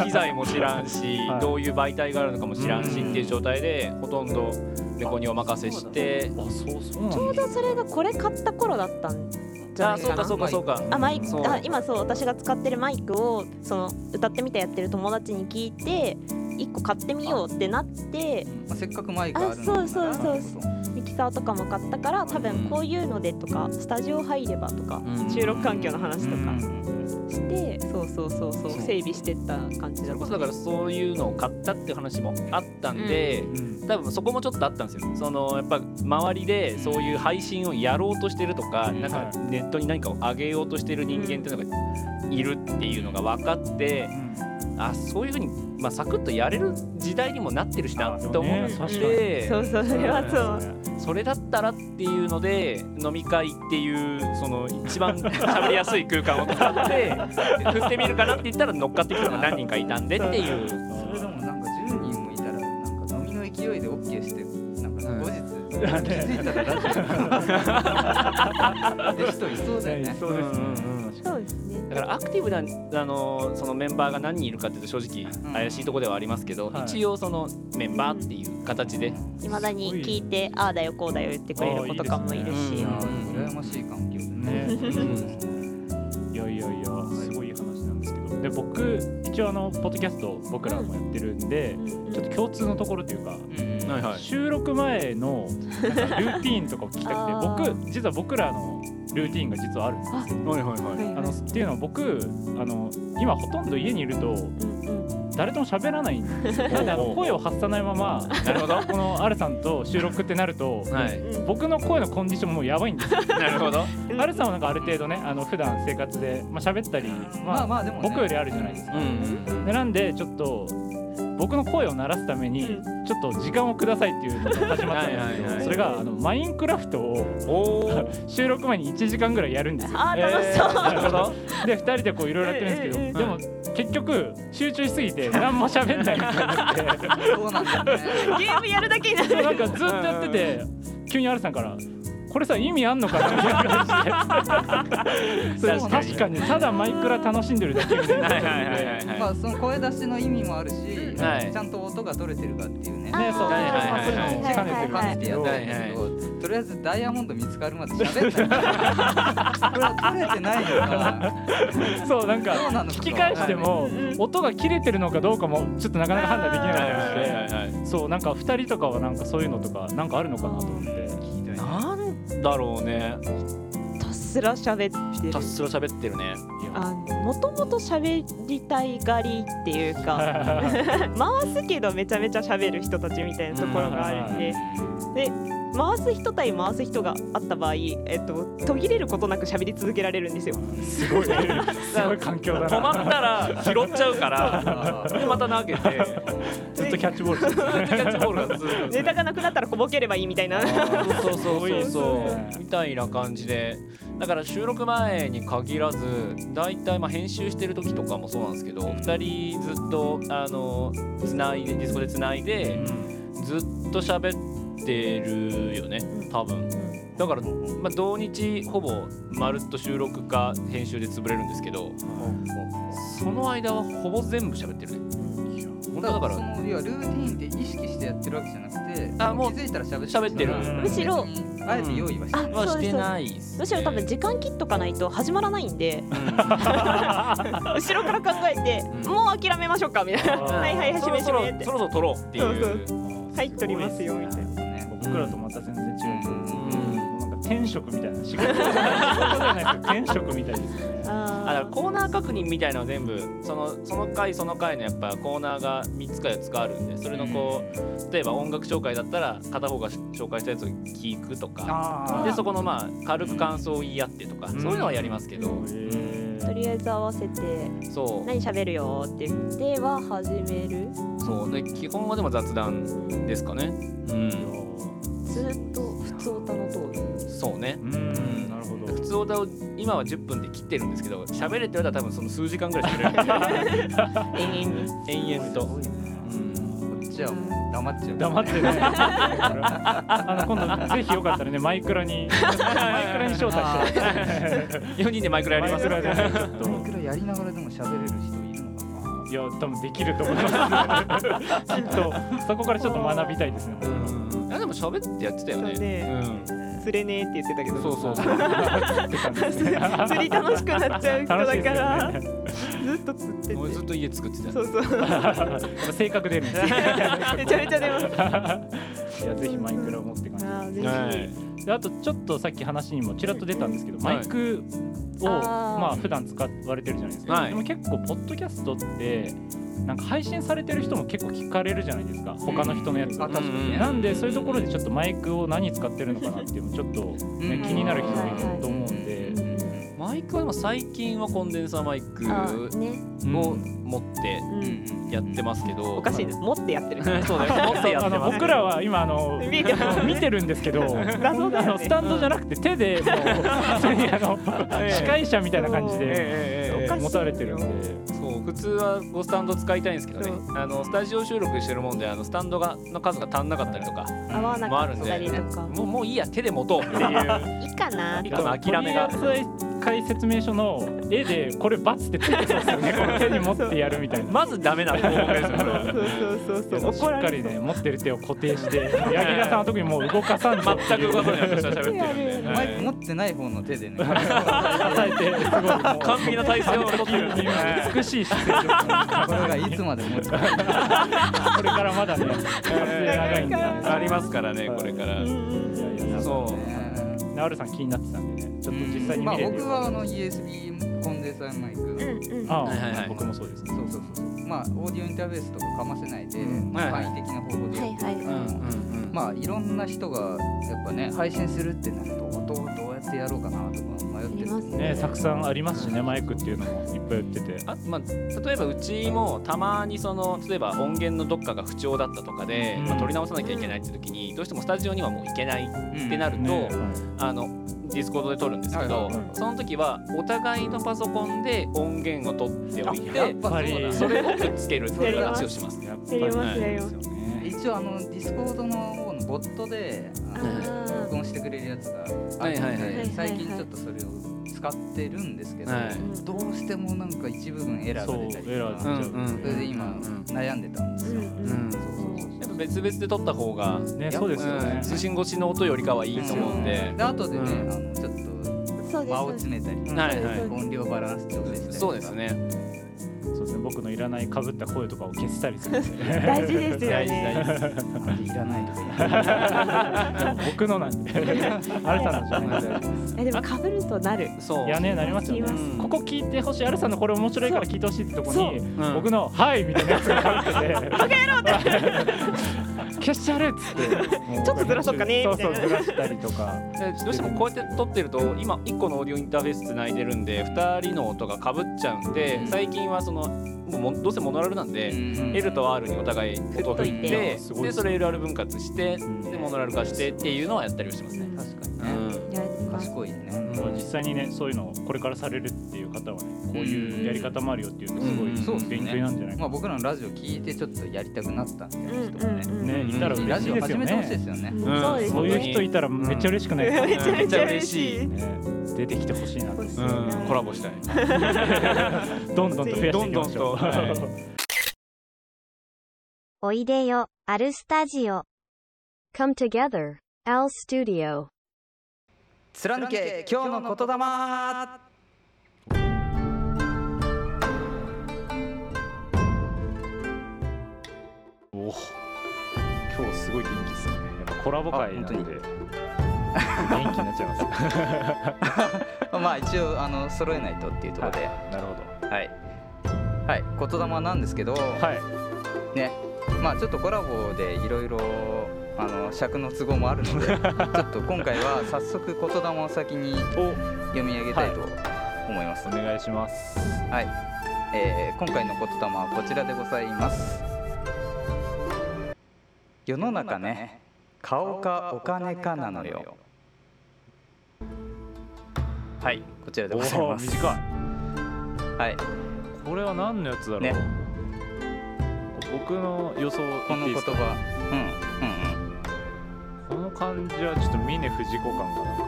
Speaker 4: う機材も知らんし、
Speaker 2: はい
Speaker 4: どういう媒体があるのかも知らんし
Speaker 2: うん
Speaker 4: っていう状態でほとんど猫にお任せして
Speaker 2: あそうそうなんだ
Speaker 5: ちょうどそれがこれ買った頃だったんじゃ
Speaker 4: あ
Speaker 5: ない
Speaker 4: そう
Speaker 5: か
Speaker 4: か
Speaker 5: な
Speaker 4: そうかそうか
Speaker 5: あマイク
Speaker 4: そう
Speaker 5: あ今そう私が使ってるマイクをその歌ってみたやってる友達に聞いて1個買ってみようってなって
Speaker 1: まあ、せっかくマイクあるんだ
Speaker 5: あそうそうそう
Speaker 1: う
Speaker 5: ミキサーとかも買ったから多分こういうのでとかスタジオ入ればとか
Speaker 4: うん
Speaker 5: 収録環境の話とか
Speaker 1: ん
Speaker 5: してそうそうそうそう
Speaker 4: そう
Speaker 5: 整備してった感じだ
Speaker 4: そ
Speaker 5: った
Speaker 4: れこそだからそういうのを買ったっていう話もあったんで、多分そこもちょっとあったんですよそのやっぱ周りでそういう配信をやろうとしてるとか、
Speaker 1: うん
Speaker 4: なんかネットに何かを上げようとしてる人間っていうのがいるっていうのが分かってあそういうふうに、まあ、サクッとやれる時代にもなってるしなと思っ
Speaker 2: あそう
Speaker 4: て、
Speaker 5: そうそうそれはそう
Speaker 4: それだったらっていうので飲み会っていうその一 [LAUGHS] 番喋りやすい空間を使って振ってみるかなって言ったら乗っかってきたのが何人かいたんでっていう。
Speaker 1: それでもなんか10人もいたらなんか飲みの勢いで OK してなんか後日、気づいたらラジオで人いそうだよね。
Speaker 2: そうですね
Speaker 4: うんうんうん
Speaker 5: そうですね
Speaker 4: だからアクティブな、あのーそのメンバーが何人いるかっていうと正直
Speaker 1: うん
Speaker 4: 怪しいとこではありますけど、
Speaker 2: はい
Speaker 4: 一応そのメンバーっていう形で、
Speaker 5: いまだに聞いてああだよこうだよ言ってくれる子とかもいる
Speaker 4: あーいいです
Speaker 5: し
Speaker 1: い
Speaker 4: ね
Speaker 1: やー羨ましい環境だね。
Speaker 2: ね
Speaker 1: うん
Speaker 2: いやいやいやすごいいい話なんですけどで僕一応あのポッドキャスト僕らもやってるんで
Speaker 5: うん
Speaker 2: ちょっと共通のところというか
Speaker 4: はいはい
Speaker 2: 収録前のなんかルーティーンとかを聞き
Speaker 5: あ
Speaker 2: たくて
Speaker 5: ー
Speaker 2: 僕実は僕らのルーティーンが実はあるんですよ。
Speaker 4: はいはいは
Speaker 5: はい
Speaker 2: あのっていうのは僕あの今ほとんど家にいると
Speaker 5: うんうん
Speaker 2: 誰とも喋らないん
Speaker 4: [LAUGHS]
Speaker 2: ですよなんか声を発さないまま
Speaker 4: なるほど
Speaker 2: この R さんと収録ってなると
Speaker 4: はい
Speaker 2: 僕の声のコンディションももうやばいんです
Speaker 4: [LAUGHS]
Speaker 2: よ。
Speaker 4: なるほど
Speaker 5: うん
Speaker 2: R さんはなんかある程度ねあの普段生活で、まあ喋ったり、
Speaker 1: ま
Speaker 2: ま
Speaker 1: あ
Speaker 2: あ、
Speaker 1: まあでもね
Speaker 2: 僕よりあるじゃないですか。
Speaker 4: うんうん [LAUGHS]
Speaker 2: でなんでちょっと僕の声を鳴らすために
Speaker 5: う
Speaker 2: ちょっと時間をくださいっていうのが始まったんですけ
Speaker 4: はいはい
Speaker 2: ど
Speaker 4: はい
Speaker 2: それがあのマインクラフトを
Speaker 4: うんおー
Speaker 2: 収録前に1時間ぐらいやるんですよ。
Speaker 5: ああ楽しそう、
Speaker 4: なるほど
Speaker 2: で2人でこういろいろやってるんですけ
Speaker 4: うんうん
Speaker 2: どでも結局集中しすぎて何も喋んないみたいになって
Speaker 1: そうなんだよね。
Speaker 5: ゲームやるだけになる
Speaker 2: そうなんかずっとやってて急に R さんから「これさ意味あんのか?」って言わ
Speaker 4: [LAUGHS]
Speaker 2: れてそ
Speaker 1: 確
Speaker 2: う
Speaker 1: かに
Speaker 2: 確かにただマイクラ楽しんでるだけみたいになっちゃっ
Speaker 4: はい
Speaker 2: て
Speaker 4: はいはいはいはい
Speaker 1: まあその声出しの意味もあるし、
Speaker 4: はい
Speaker 1: ちゃんと音が取れてるかっていうね。
Speaker 5: あ
Speaker 2: ねそう
Speaker 4: はいはいはい
Speaker 2: そういうのも兼ねてるん
Speaker 1: 感
Speaker 2: です
Speaker 1: じで
Speaker 2: け
Speaker 1: や
Speaker 2: ど
Speaker 1: っ。たんですけど、とりあえずダイヤモンド見つかるまで喋んない。
Speaker 2: [LAUGHS]
Speaker 1: これは取れてないのか。
Speaker 2: そうなんか
Speaker 1: そうなのか
Speaker 2: 聞き返しても音が切れてるのかどうかもちょっとなかなか判断できなかったりして
Speaker 4: はい
Speaker 2: そうなんか2人とかはなんかそういうのとかなんかあるのかなと思って
Speaker 4: なんだろうね
Speaker 5: ひたすら喋って
Speaker 4: た
Speaker 5: る
Speaker 4: っすら喋ってるね
Speaker 5: あもともと喋りたいがりっていうか回すけどめちゃめちゃ喋る人たちみたいなところがあるんで回す人対回す人があった場合、えっと、途切れることなく喋り続けられるんですよ。
Speaker 2: [LAUGHS] すごいすごい環境だな
Speaker 4: 止まったら拾っちゃうから [LAUGHS]
Speaker 1: あ
Speaker 4: でまた投げて
Speaker 2: ずっとキャッチボールしてる
Speaker 4: キャッチボールが続く
Speaker 5: ネタがなくなったらこぼければいいみたいな。
Speaker 4: そうそうそうそう
Speaker 2: すごいですね
Speaker 4: みたいな感じでだから収録前に限らず大体まあ編集してる時とかもそうなんですけど2人ずっとあのつないでディスコでつないでずっと喋ってるよね多分だから、まあ、同日ほぼまるっと収録か編集で潰れるんですけどその間はほぼ全部喋ってるね本当だか
Speaker 1: そ
Speaker 4: ら
Speaker 1: の要はルーティーンって意識してやってるわけじゃなくて、
Speaker 4: あもう
Speaker 1: 気づいたら喋
Speaker 4: 喋ってる
Speaker 1: うん
Speaker 5: むしろ
Speaker 1: 別にあえて用意はしてない。
Speaker 5: あ
Speaker 4: は
Speaker 5: そう
Speaker 4: し
Speaker 5: です
Speaker 4: てないっすね
Speaker 5: むしろ多分時間切っとかないと始まらないんで後ろから考えて
Speaker 4: うん
Speaker 5: もう諦めましょうか
Speaker 2: [LAUGHS]
Speaker 5: みたいな
Speaker 2: あー
Speaker 5: [LAUGHS] はいはいはい
Speaker 4: そ
Speaker 5: 締
Speaker 4: ろ
Speaker 5: め
Speaker 4: そ
Speaker 5: 締
Speaker 4: ろ
Speaker 5: めって
Speaker 4: そろそろ撮ろうっていう
Speaker 5: そう入っておりますよみたいな。
Speaker 1: ね
Speaker 2: 僕らとまた全然違う
Speaker 4: うん
Speaker 2: なんか天職みたいな仕事じゃないですけど天職みたいですね
Speaker 4: あだから
Speaker 5: あ
Speaker 4: コーナー確認みたいなのは全部そのその回その回のやっぱコーナーが3つか4つかあるんでそれのこう例えば音楽紹介だったら片方が紹介したやつを聞くとか
Speaker 2: あ
Speaker 4: でそこのまあ軽く感想を言い合ってとかそう
Speaker 2: うん
Speaker 4: いうのはやりますけど
Speaker 5: とりあえず合わせて
Speaker 4: そ
Speaker 5: 何喋るよって言っては始める
Speaker 4: うそうで基本はでも雑談ですかねうん
Speaker 5: ずっと普通歌の通り
Speaker 4: そうね
Speaker 2: うんなるほど
Speaker 4: 普通歌を今は10分で切ってるんですけど喋れって言われたら多分その数時間ぐらい喋れる
Speaker 5: 永遠に
Speaker 4: [LAUGHS] 延々と
Speaker 1: こっちちはもう黙っちゃう。
Speaker 2: 黙ってねあの今度ぜひよかったらねマイクラにマイクラに招待して
Speaker 4: 4人でマイクラやります
Speaker 2: マイクラでちょ
Speaker 1: どの
Speaker 2: っ
Speaker 1: くらいやりながらでも喋れる人いるのかな。
Speaker 2: といや多分できると思いますきっとそこからちょっと学びたいですね
Speaker 4: いやでも喋ってやってたよね
Speaker 5: そうね
Speaker 4: うん
Speaker 5: 釣れねえって言ってたけど
Speaker 4: そうそうそう
Speaker 5: 釣り楽しくなっちゃう人だ
Speaker 2: 楽し
Speaker 5: か
Speaker 2: いですよ
Speaker 5: ら、
Speaker 2: ね
Speaker 5: ずっと釣ってて
Speaker 4: 俺ずっと家作ってたよ
Speaker 5: そうそう
Speaker 2: 性格出るんですね
Speaker 5: めちゃめちゃ出ます
Speaker 2: いやぜひマイクラを持って感じ
Speaker 5: あーぜひ、
Speaker 4: はい
Speaker 2: であとちょっとさっき話にもちらっと出たんですけど、
Speaker 4: はい
Speaker 2: マイクを
Speaker 5: あー
Speaker 2: まあ普段使われてるじゃないですか、
Speaker 4: はい
Speaker 2: でも結構ポッドキャストってなんか配信されてる人も結構聞かれるじゃないですか他の人のやつ、
Speaker 1: あ確かにね。
Speaker 2: なんでそういうところでちょっとマイクを何使ってるのかなっていうのちょっと、
Speaker 1: う
Speaker 2: ね
Speaker 1: ん
Speaker 2: 気になる人もいると思うんで、
Speaker 4: マイクはでも最近はコンデンサーマイク
Speaker 5: あーね、
Speaker 4: を
Speaker 2: うん
Speaker 4: 持って
Speaker 5: うん、
Speaker 4: やってますけど
Speaker 5: おかしいです持ってやってる
Speaker 4: [LAUGHS] そうだよ持ってやって
Speaker 2: あの
Speaker 4: ます
Speaker 2: 僕らは今あの
Speaker 5: 見えてます
Speaker 2: 見てるんですけど
Speaker 5: 画像だ
Speaker 2: あ
Speaker 5: よ
Speaker 2: の
Speaker 5: ね
Speaker 2: スタンドじゃなくて手でもう
Speaker 5: [LAUGHS]
Speaker 2: 普通にあの司会者みたいな感じで
Speaker 4: ええええええ
Speaker 5: おかしいよ
Speaker 2: 持たれてるんで。
Speaker 4: そう普通はこうスタンド使いたいんですけどねあのスタジオ収録してるもんであのスタンドがの数が足んなかったりとか
Speaker 5: 合わな
Speaker 4: もあ
Speaker 5: か
Speaker 4: るん
Speaker 5: っ
Speaker 4: で
Speaker 5: たりとか
Speaker 4: もうもういいや手で持とうっていう
Speaker 5: いいかな
Speaker 4: 一個の諦めが
Speaker 2: とりあえず解説明書の絵でこれバツってついてそうですよね
Speaker 5: [LAUGHS]
Speaker 2: この手に持ってやるみたいな。
Speaker 4: まずダメな方法ですよこれは
Speaker 5: そうそうそうそう
Speaker 2: し
Speaker 5: 怒ら
Speaker 2: っか
Speaker 5: れ
Speaker 2: り
Speaker 5: る
Speaker 2: ね持ってる手を固定して柳田さんは特にもう動かさんと
Speaker 4: [LAUGHS] 全く動かさない私は喋ってるんで、
Speaker 1: マイク
Speaker 4: は
Speaker 1: 持ってない方の手でね。
Speaker 2: 叩いてすごいも
Speaker 4: いう完璧な体勢を取ってるっていうね
Speaker 2: 美しい姿勢です
Speaker 1: これがいつまで持つか。
Speaker 2: これからまだね撮影長いんだ
Speaker 4: ありますからねこれか
Speaker 2: い
Speaker 4: ら、
Speaker 2: やいやな
Speaker 4: そう
Speaker 1: ね
Speaker 2: ナウルさん気になってたんでねちょっと実際に
Speaker 1: ま
Speaker 2: 見
Speaker 1: あ
Speaker 2: れる
Speaker 1: 僕
Speaker 2: よ
Speaker 1: はあの USB コンデンサーマイク。
Speaker 5: うんうん
Speaker 2: あ
Speaker 4: はいはいは
Speaker 2: あ
Speaker 4: い
Speaker 2: 僕もそうですね
Speaker 1: そうそうそうそうまあオーディオインターフェースとかかませないで、
Speaker 2: うん
Speaker 4: はいはい
Speaker 1: 簡易的な方法でやってるけど、
Speaker 5: はいはい
Speaker 4: うん
Speaker 1: まあいろんな人がやっぱね配信するってなると音をどうやってやろうかなとか迷ってると思う
Speaker 2: ねたくさんありますしねマイクっていうのもいっぱい売ってて
Speaker 4: あまあ、例えばうちもたまにその例えば音源のどっかが不調だったとかで、
Speaker 2: うん
Speaker 4: まあ、取り直さなきゃいけないって時にどうしてもスタジオにはもう行けないっ
Speaker 1: って
Speaker 4: なると、
Speaker 2: ね
Speaker 4: あのディスコードで撮るんですけど、
Speaker 2: はいはいはい
Speaker 4: その時はお互いのパソコンで音源を取っておい
Speaker 1: やってぱそうだ
Speaker 2: やっぱり
Speaker 4: それをくっつけるっていう話をします。
Speaker 2: やっぱ
Speaker 5: やります
Speaker 4: や
Speaker 5: よ
Speaker 2: そうですよね
Speaker 1: 一応あのディスコードの方のボットであの
Speaker 5: あ
Speaker 1: 録音してくれるやつがあるので、
Speaker 4: はいはいはい
Speaker 1: 最近ちょっとそれを使ってるんですけど、
Speaker 4: はい
Speaker 5: ー
Speaker 1: どうしてもなんか一部分エラーが出たり
Speaker 2: そうエラ
Speaker 1: と
Speaker 2: ー
Speaker 1: か
Speaker 2: んうん
Speaker 1: それで今
Speaker 4: うん
Speaker 1: 悩んでたんですよ。
Speaker 5: うん
Speaker 4: うん
Speaker 1: そうそうそう
Speaker 4: やっぱ別々で撮った方が、
Speaker 2: ねそうですよ
Speaker 4: うん
Speaker 2: ね
Speaker 4: 通信越しの音よりかはいいと思うんで、
Speaker 1: で後でね、
Speaker 4: うん
Speaker 1: あのちょっ
Speaker 5: そう
Speaker 1: と
Speaker 5: です
Speaker 1: 間を
Speaker 5: そうです
Speaker 1: 詰めたり、
Speaker 4: はいはい
Speaker 5: そうです
Speaker 1: 音量バランス調整したりとか
Speaker 4: そうですね
Speaker 2: そうですね僕のいらないかぶった声とかを消したりするんで
Speaker 5: 大事ですよ
Speaker 4: 大事大
Speaker 5: ね
Speaker 4: 事
Speaker 1: あれいらないですね
Speaker 2: 僕のなんてアルさんのじゃないです
Speaker 5: えでも被ると
Speaker 4: [LAUGHS]
Speaker 5: なる
Speaker 4: そう
Speaker 2: いやねなりますよね
Speaker 5: なり
Speaker 4: ます
Speaker 2: ここ聞いてほしいアルさんのこれ面白いから聞いてほしいってとこ
Speaker 5: そう
Speaker 2: に
Speaker 4: ん
Speaker 2: 僕の「はい」みたいなやつがかぶってて「バカ野郎!」って [LAUGHS] 消してやるっつってもう
Speaker 5: ちょっとずらそっかね
Speaker 2: そう
Speaker 5: みた
Speaker 2: そ
Speaker 5: いうな
Speaker 2: ずらしたりとか
Speaker 4: でどうしてもこうやって撮ってると今1個のオーディオインターフェース繋いでるんで2人の音がかぶっちゃうんで
Speaker 1: うん
Speaker 4: 最近はそのもうどうせモノラルなんで、
Speaker 1: うん、
Speaker 4: L と R にお互い音を振っ
Speaker 5: 振っとい
Speaker 4: て
Speaker 2: てすごい
Speaker 4: で
Speaker 2: ですね
Speaker 4: それ LR 分割して
Speaker 2: ん
Speaker 4: でモノラル化してっていうのはやったりはしてますね。
Speaker 1: 確かに
Speaker 4: う
Speaker 1: ね、
Speaker 4: ん
Speaker 5: やります
Speaker 1: 賢いね、
Speaker 2: 実際にねそういうのをこれからされるっていう方はねこういうやり方もあるよっていうの
Speaker 4: うんうん
Speaker 2: す
Speaker 4: そ
Speaker 2: ご
Speaker 4: う
Speaker 2: い
Speaker 4: です
Speaker 1: ね
Speaker 2: 勉強になるんじゃないか
Speaker 1: まあ僕らのラジオ聞いてちょっとやりたくなったっていう人もね、
Speaker 5: うんうんうん
Speaker 2: ねいたら
Speaker 4: うん
Speaker 1: ラ
Speaker 2: 嬉し
Speaker 1: ジ
Speaker 2: い
Speaker 1: オ
Speaker 2: です
Speaker 1: 始
Speaker 2: よ
Speaker 1: めてほしいで
Speaker 2: ね
Speaker 1: すよね
Speaker 4: うん
Speaker 5: そうですね
Speaker 2: そういう人いたらめっちゃ嬉しくないですか
Speaker 5: めちゃめちゃ嬉しい
Speaker 4: め
Speaker 2: ね出てきてほしいなと
Speaker 5: 欲しいな
Speaker 4: うんコラボしたい。
Speaker 2: どんどんと増やしていきましょう
Speaker 4: どんどんと
Speaker 6: おいでよ、アルスタジオ。Come together, Al Studio.
Speaker 1: 貫け今日の言霊
Speaker 2: おお今日すごい元気ですねやっぱコラボ会なんで
Speaker 1: あ
Speaker 2: 元
Speaker 1: 本当
Speaker 2: 気になっちゃいます
Speaker 1: まあ一応あの揃えないとっていうところで、は
Speaker 2: なるほ
Speaker 1: い、はい、言霊なんですけど、
Speaker 2: どはい
Speaker 1: ね、まあちょっとコラボでいろいろあの尺の都合もあるので、ちょっと今回は早速言霊を先に読み上げたいと思います。
Speaker 2: お
Speaker 1: はい、
Speaker 2: 願いします
Speaker 1: えー今回の言霊はこちらでございます。世の中ね、顔かお金かなのよ。はい、こちらで
Speaker 2: お
Speaker 1: ご
Speaker 2: お
Speaker 1: ざいます。
Speaker 2: 短い
Speaker 1: はい、
Speaker 2: これは何のやつだろう、
Speaker 1: ね
Speaker 2: 僕の予想
Speaker 1: この
Speaker 2: 言
Speaker 1: 言
Speaker 2: っていいですか
Speaker 1: 葉うんうん
Speaker 2: この感じはちょっと峰不二子感がなんか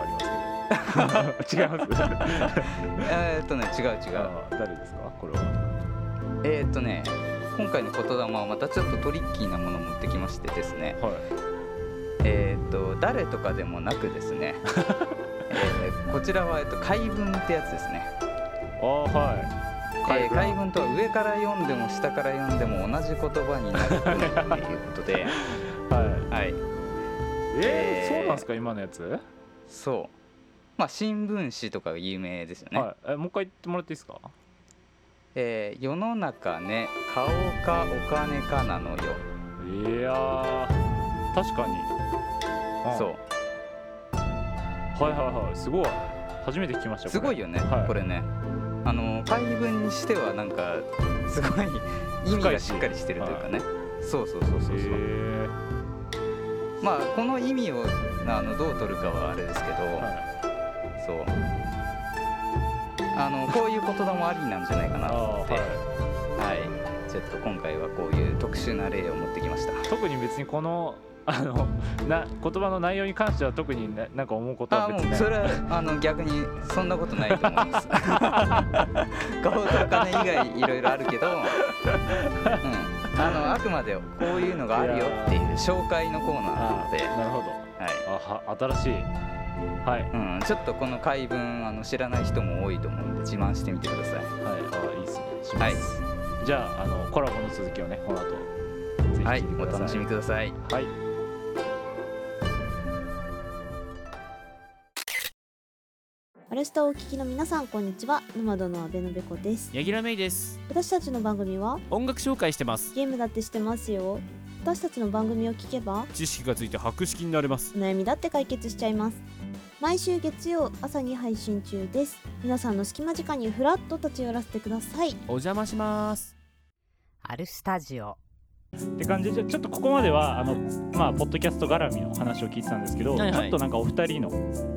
Speaker 2: あります [LAUGHS] けど違いま
Speaker 1: う
Speaker 2: す
Speaker 1: んえーっとね違う違う
Speaker 2: あー誰ですかこれは
Speaker 1: えーっとね今回の言霊はまたちょっとトリッキーなものを持ってきましてですね
Speaker 2: はい
Speaker 1: えーっと誰とかでもなくです
Speaker 2: [LAUGHS]
Speaker 1: ね、えーこちらは、えっと、解文ってやつですね
Speaker 2: あーはい
Speaker 1: えー解文とは上から読んでも下から読んでも同じ言葉になるということ
Speaker 2: [LAUGHS]
Speaker 1: で、
Speaker 2: はい
Speaker 1: はい、え
Speaker 2: えー、
Speaker 1: ー
Speaker 2: そうなんですか今のやつ、
Speaker 1: そうまあ新聞紙とかが有名ですよね、
Speaker 2: はいえもう一回言ってもらっていいですか
Speaker 1: えー世の中ね顔かお金かなのよ
Speaker 2: いやー確かにうん
Speaker 1: そ
Speaker 2: はいはいはいすごい初めて聞きました
Speaker 1: うすごいよね、
Speaker 2: はい
Speaker 1: これねあの解文にしてはなんかすごい意味
Speaker 2: 深い
Speaker 1: が
Speaker 2: し
Speaker 1: しっかりしてるというかね、そうそうそうそう
Speaker 2: へ
Speaker 1: そう、
Speaker 2: え
Speaker 1: まあこの意味をあのどう取るかはあれですけど、
Speaker 2: ーはい、
Speaker 1: そうあのこういう言霊もありなんじゃないかな
Speaker 2: あ
Speaker 1: と思っ
Speaker 2: ー
Speaker 1: て
Speaker 2: はい
Speaker 1: はい、ちょっと今回はこういう特殊な例を持ってきました。
Speaker 2: 特に別にこの [LAUGHS] あのな言葉の内容に関しては特にななんか思うこと
Speaker 1: あ
Speaker 2: は
Speaker 1: あ
Speaker 2: 別
Speaker 1: も
Speaker 2: に
Speaker 1: う
Speaker 2: ない
Speaker 1: それはあの逆にそんなことないと思います。顔とお金以外いろいろあるけど、うん、あのあくまでこういうのがあるよっていう紹介のコーナーな
Speaker 2: あ
Speaker 1: ので、
Speaker 2: ー
Speaker 1: は
Speaker 2: なるほどあは新しいはい
Speaker 1: いうん、ちょっとこの回文あの知らない人も多いと思うんで自慢してみてください。
Speaker 2: はい、あいいですね。します。じゃああのコラボの続きをねこの後ぜひ
Speaker 1: はい
Speaker 2: 聞い、て
Speaker 1: お
Speaker 2: ください。
Speaker 1: 楽しみください。
Speaker 2: はい。
Speaker 7: アルスタをお聞きの皆さんこんにちは沼殿の阿部のべこです
Speaker 8: ヤギラメイです
Speaker 7: 私たちの番組は
Speaker 8: 音楽紹介してます
Speaker 7: ゲームだってしてますよ私たちの番組を聞けば
Speaker 8: 知識がついて博識になれます
Speaker 7: お悩みだって解決しちゃいます毎週月曜朝に配信中です皆さんの隙間時間にふらっと立ち寄らせてください
Speaker 8: お邪魔します
Speaker 9: アルスタジオ
Speaker 10: って感じでじゃあちょっとここまではあの、まあ、ポッドキャスト絡みの話を聞いてたんですけど、
Speaker 8: はいはい
Speaker 10: ちょっとなんかお二人の、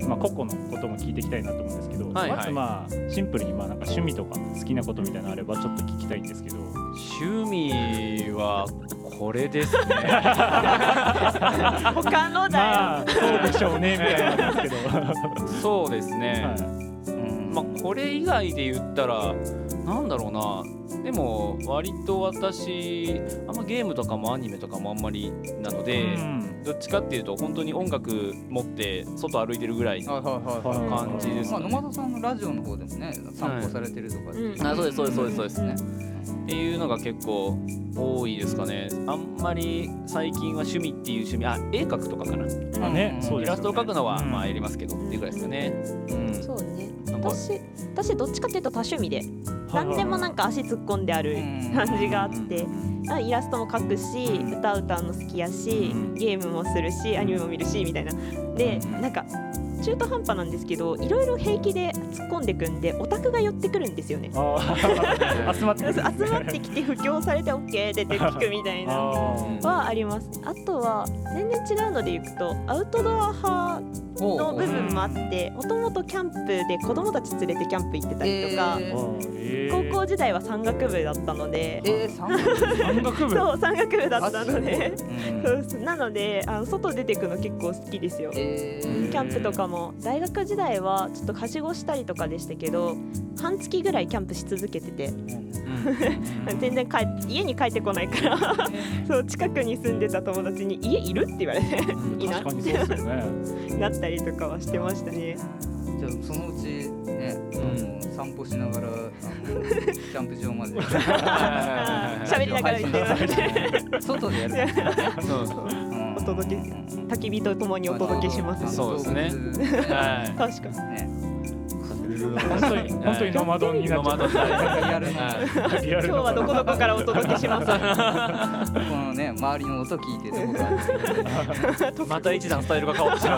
Speaker 10: まあ、個々のことも聞いていきたいなと思うんですけど、
Speaker 8: はいはい
Speaker 10: まずまあシンプルにまあなんか趣味とか好きなことみたいなのあればちょっと聞きたいんですけど
Speaker 4: 趣味はこ
Speaker 8: [LAUGHS]
Speaker 4: れですね
Speaker 5: 他のだよ、
Speaker 10: まあそうでしょうねみたいなんですけど、
Speaker 4: そうですね、
Speaker 10: は
Speaker 1: うん
Speaker 4: まあこれ以外で言ったらなんだろうなでも割と私あんまゲームとかもアニメとかもあんまりなの
Speaker 10: い
Speaker 4: で、
Speaker 10: うん
Speaker 4: どっちかっていうと本当に音楽持って外歩いてるぐらいの
Speaker 1: はいはい
Speaker 10: はいはい
Speaker 4: 感じです
Speaker 1: ま
Speaker 4: か
Speaker 1: あ、
Speaker 4: ね、
Speaker 1: 野間さんのラジオの方でもね散歩されてるとかっていう、
Speaker 5: うん
Speaker 4: あそうですそうですそうですそうですね
Speaker 5: う
Speaker 4: っていうのが結構多いですかねあんまり最近は趣味っていう趣味あ絵描くとかかな
Speaker 10: まあね、
Speaker 1: うん
Speaker 10: そうですよね
Speaker 4: イラストを描くのは
Speaker 10: うん
Speaker 4: まあやりますけどっていうぐらいですかねうん
Speaker 3: そうね
Speaker 4: なんか
Speaker 3: 私私どっちかっていうと多趣味で
Speaker 10: はい
Speaker 3: 何でもなんか足突っ込んである
Speaker 1: う
Speaker 9: [LAUGHS]
Speaker 1: ん
Speaker 3: 感じがあってあイラストも描くし
Speaker 4: うん
Speaker 3: 歌歌うの好きやし
Speaker 4: うん
Speaker 3: ゲームもするしアニメも見るしみたいなで
Speaker 4: うん
Speaker 3: なんか中途半端なんですけどいろいろ平気で突っ込んでくんでオタクが寄ってくるんですよ
Speaker 4: [LAUGHS]
Speaker 3: ね
Speaker 10: あー集まって
Speaker 3: そう
Speaker 10: く
Speaker 3: 集
Speaker 10: る
Speaker 3: まってきて布教されて OK 出て聞くみたい
Speaker 4: [LAUGHS]
Speaker 3: な
Speaker 10: あ
Speaker 4: うん
Speaker 3: はありますあとは全然違うのでいくとアウトドア派の部分もあってもともとキャンプで子供たち連れてキャンプ行ってたりとか、
Speaker 10: ーうん
Speaker 3: 高校時代は山岳部だったので、
Speaker 1: えー、三部
Speaker 10: 山岳部
Speaker 3: そう山岳部だったので、
Speaker 1: うん
Speaker 3: [LAUGHS] そうそうなのであの外出てくの結構好きですよ。
Speaker 1: えー
Speaker 3: キャンプとかも大学時代はちょっとはしごしたりとかでしたけど半月ぐらいキャンプし続けてて全然帰って家に帰ってこないから [LAUGHS] そう近くに住んでた友達に「家いる?」って言われていいな
Speaker 10: 確かにそうですよね
Speaker 3: なったりとかはしてましたね。
Speaker 1: じゃあそのうちね、あの散歩しながらあのキャンプ場まで
Speaker 3: 喋りながら行ってま
Speaker 1: [LAUGHS]
Speaker 3: す
Speaker 1: 外でやるんですよね
Speaker 4: そうそう
Speaker 1: うん
Speaker 3: お届け焚き火とともにお届けします。
Speaker 4: そうですねはい
Speaker 3: 確かに
Speaker 1: ね
Speaker 10: 本当に本当にノマドになっちゃっ
Speaker 1: [LAUGHS] やるの
Speaker 4: は
Speaker 10: たリア
Speaker 3: 今
Speaker 10: ル
Speaker 3: 日
Speaker 10: な
Speaker 3: はどこどこからお届けします
Speaker 1: このね周りの音聞いてどこか
Speaker 4: いまた一段スタイルが変わってしま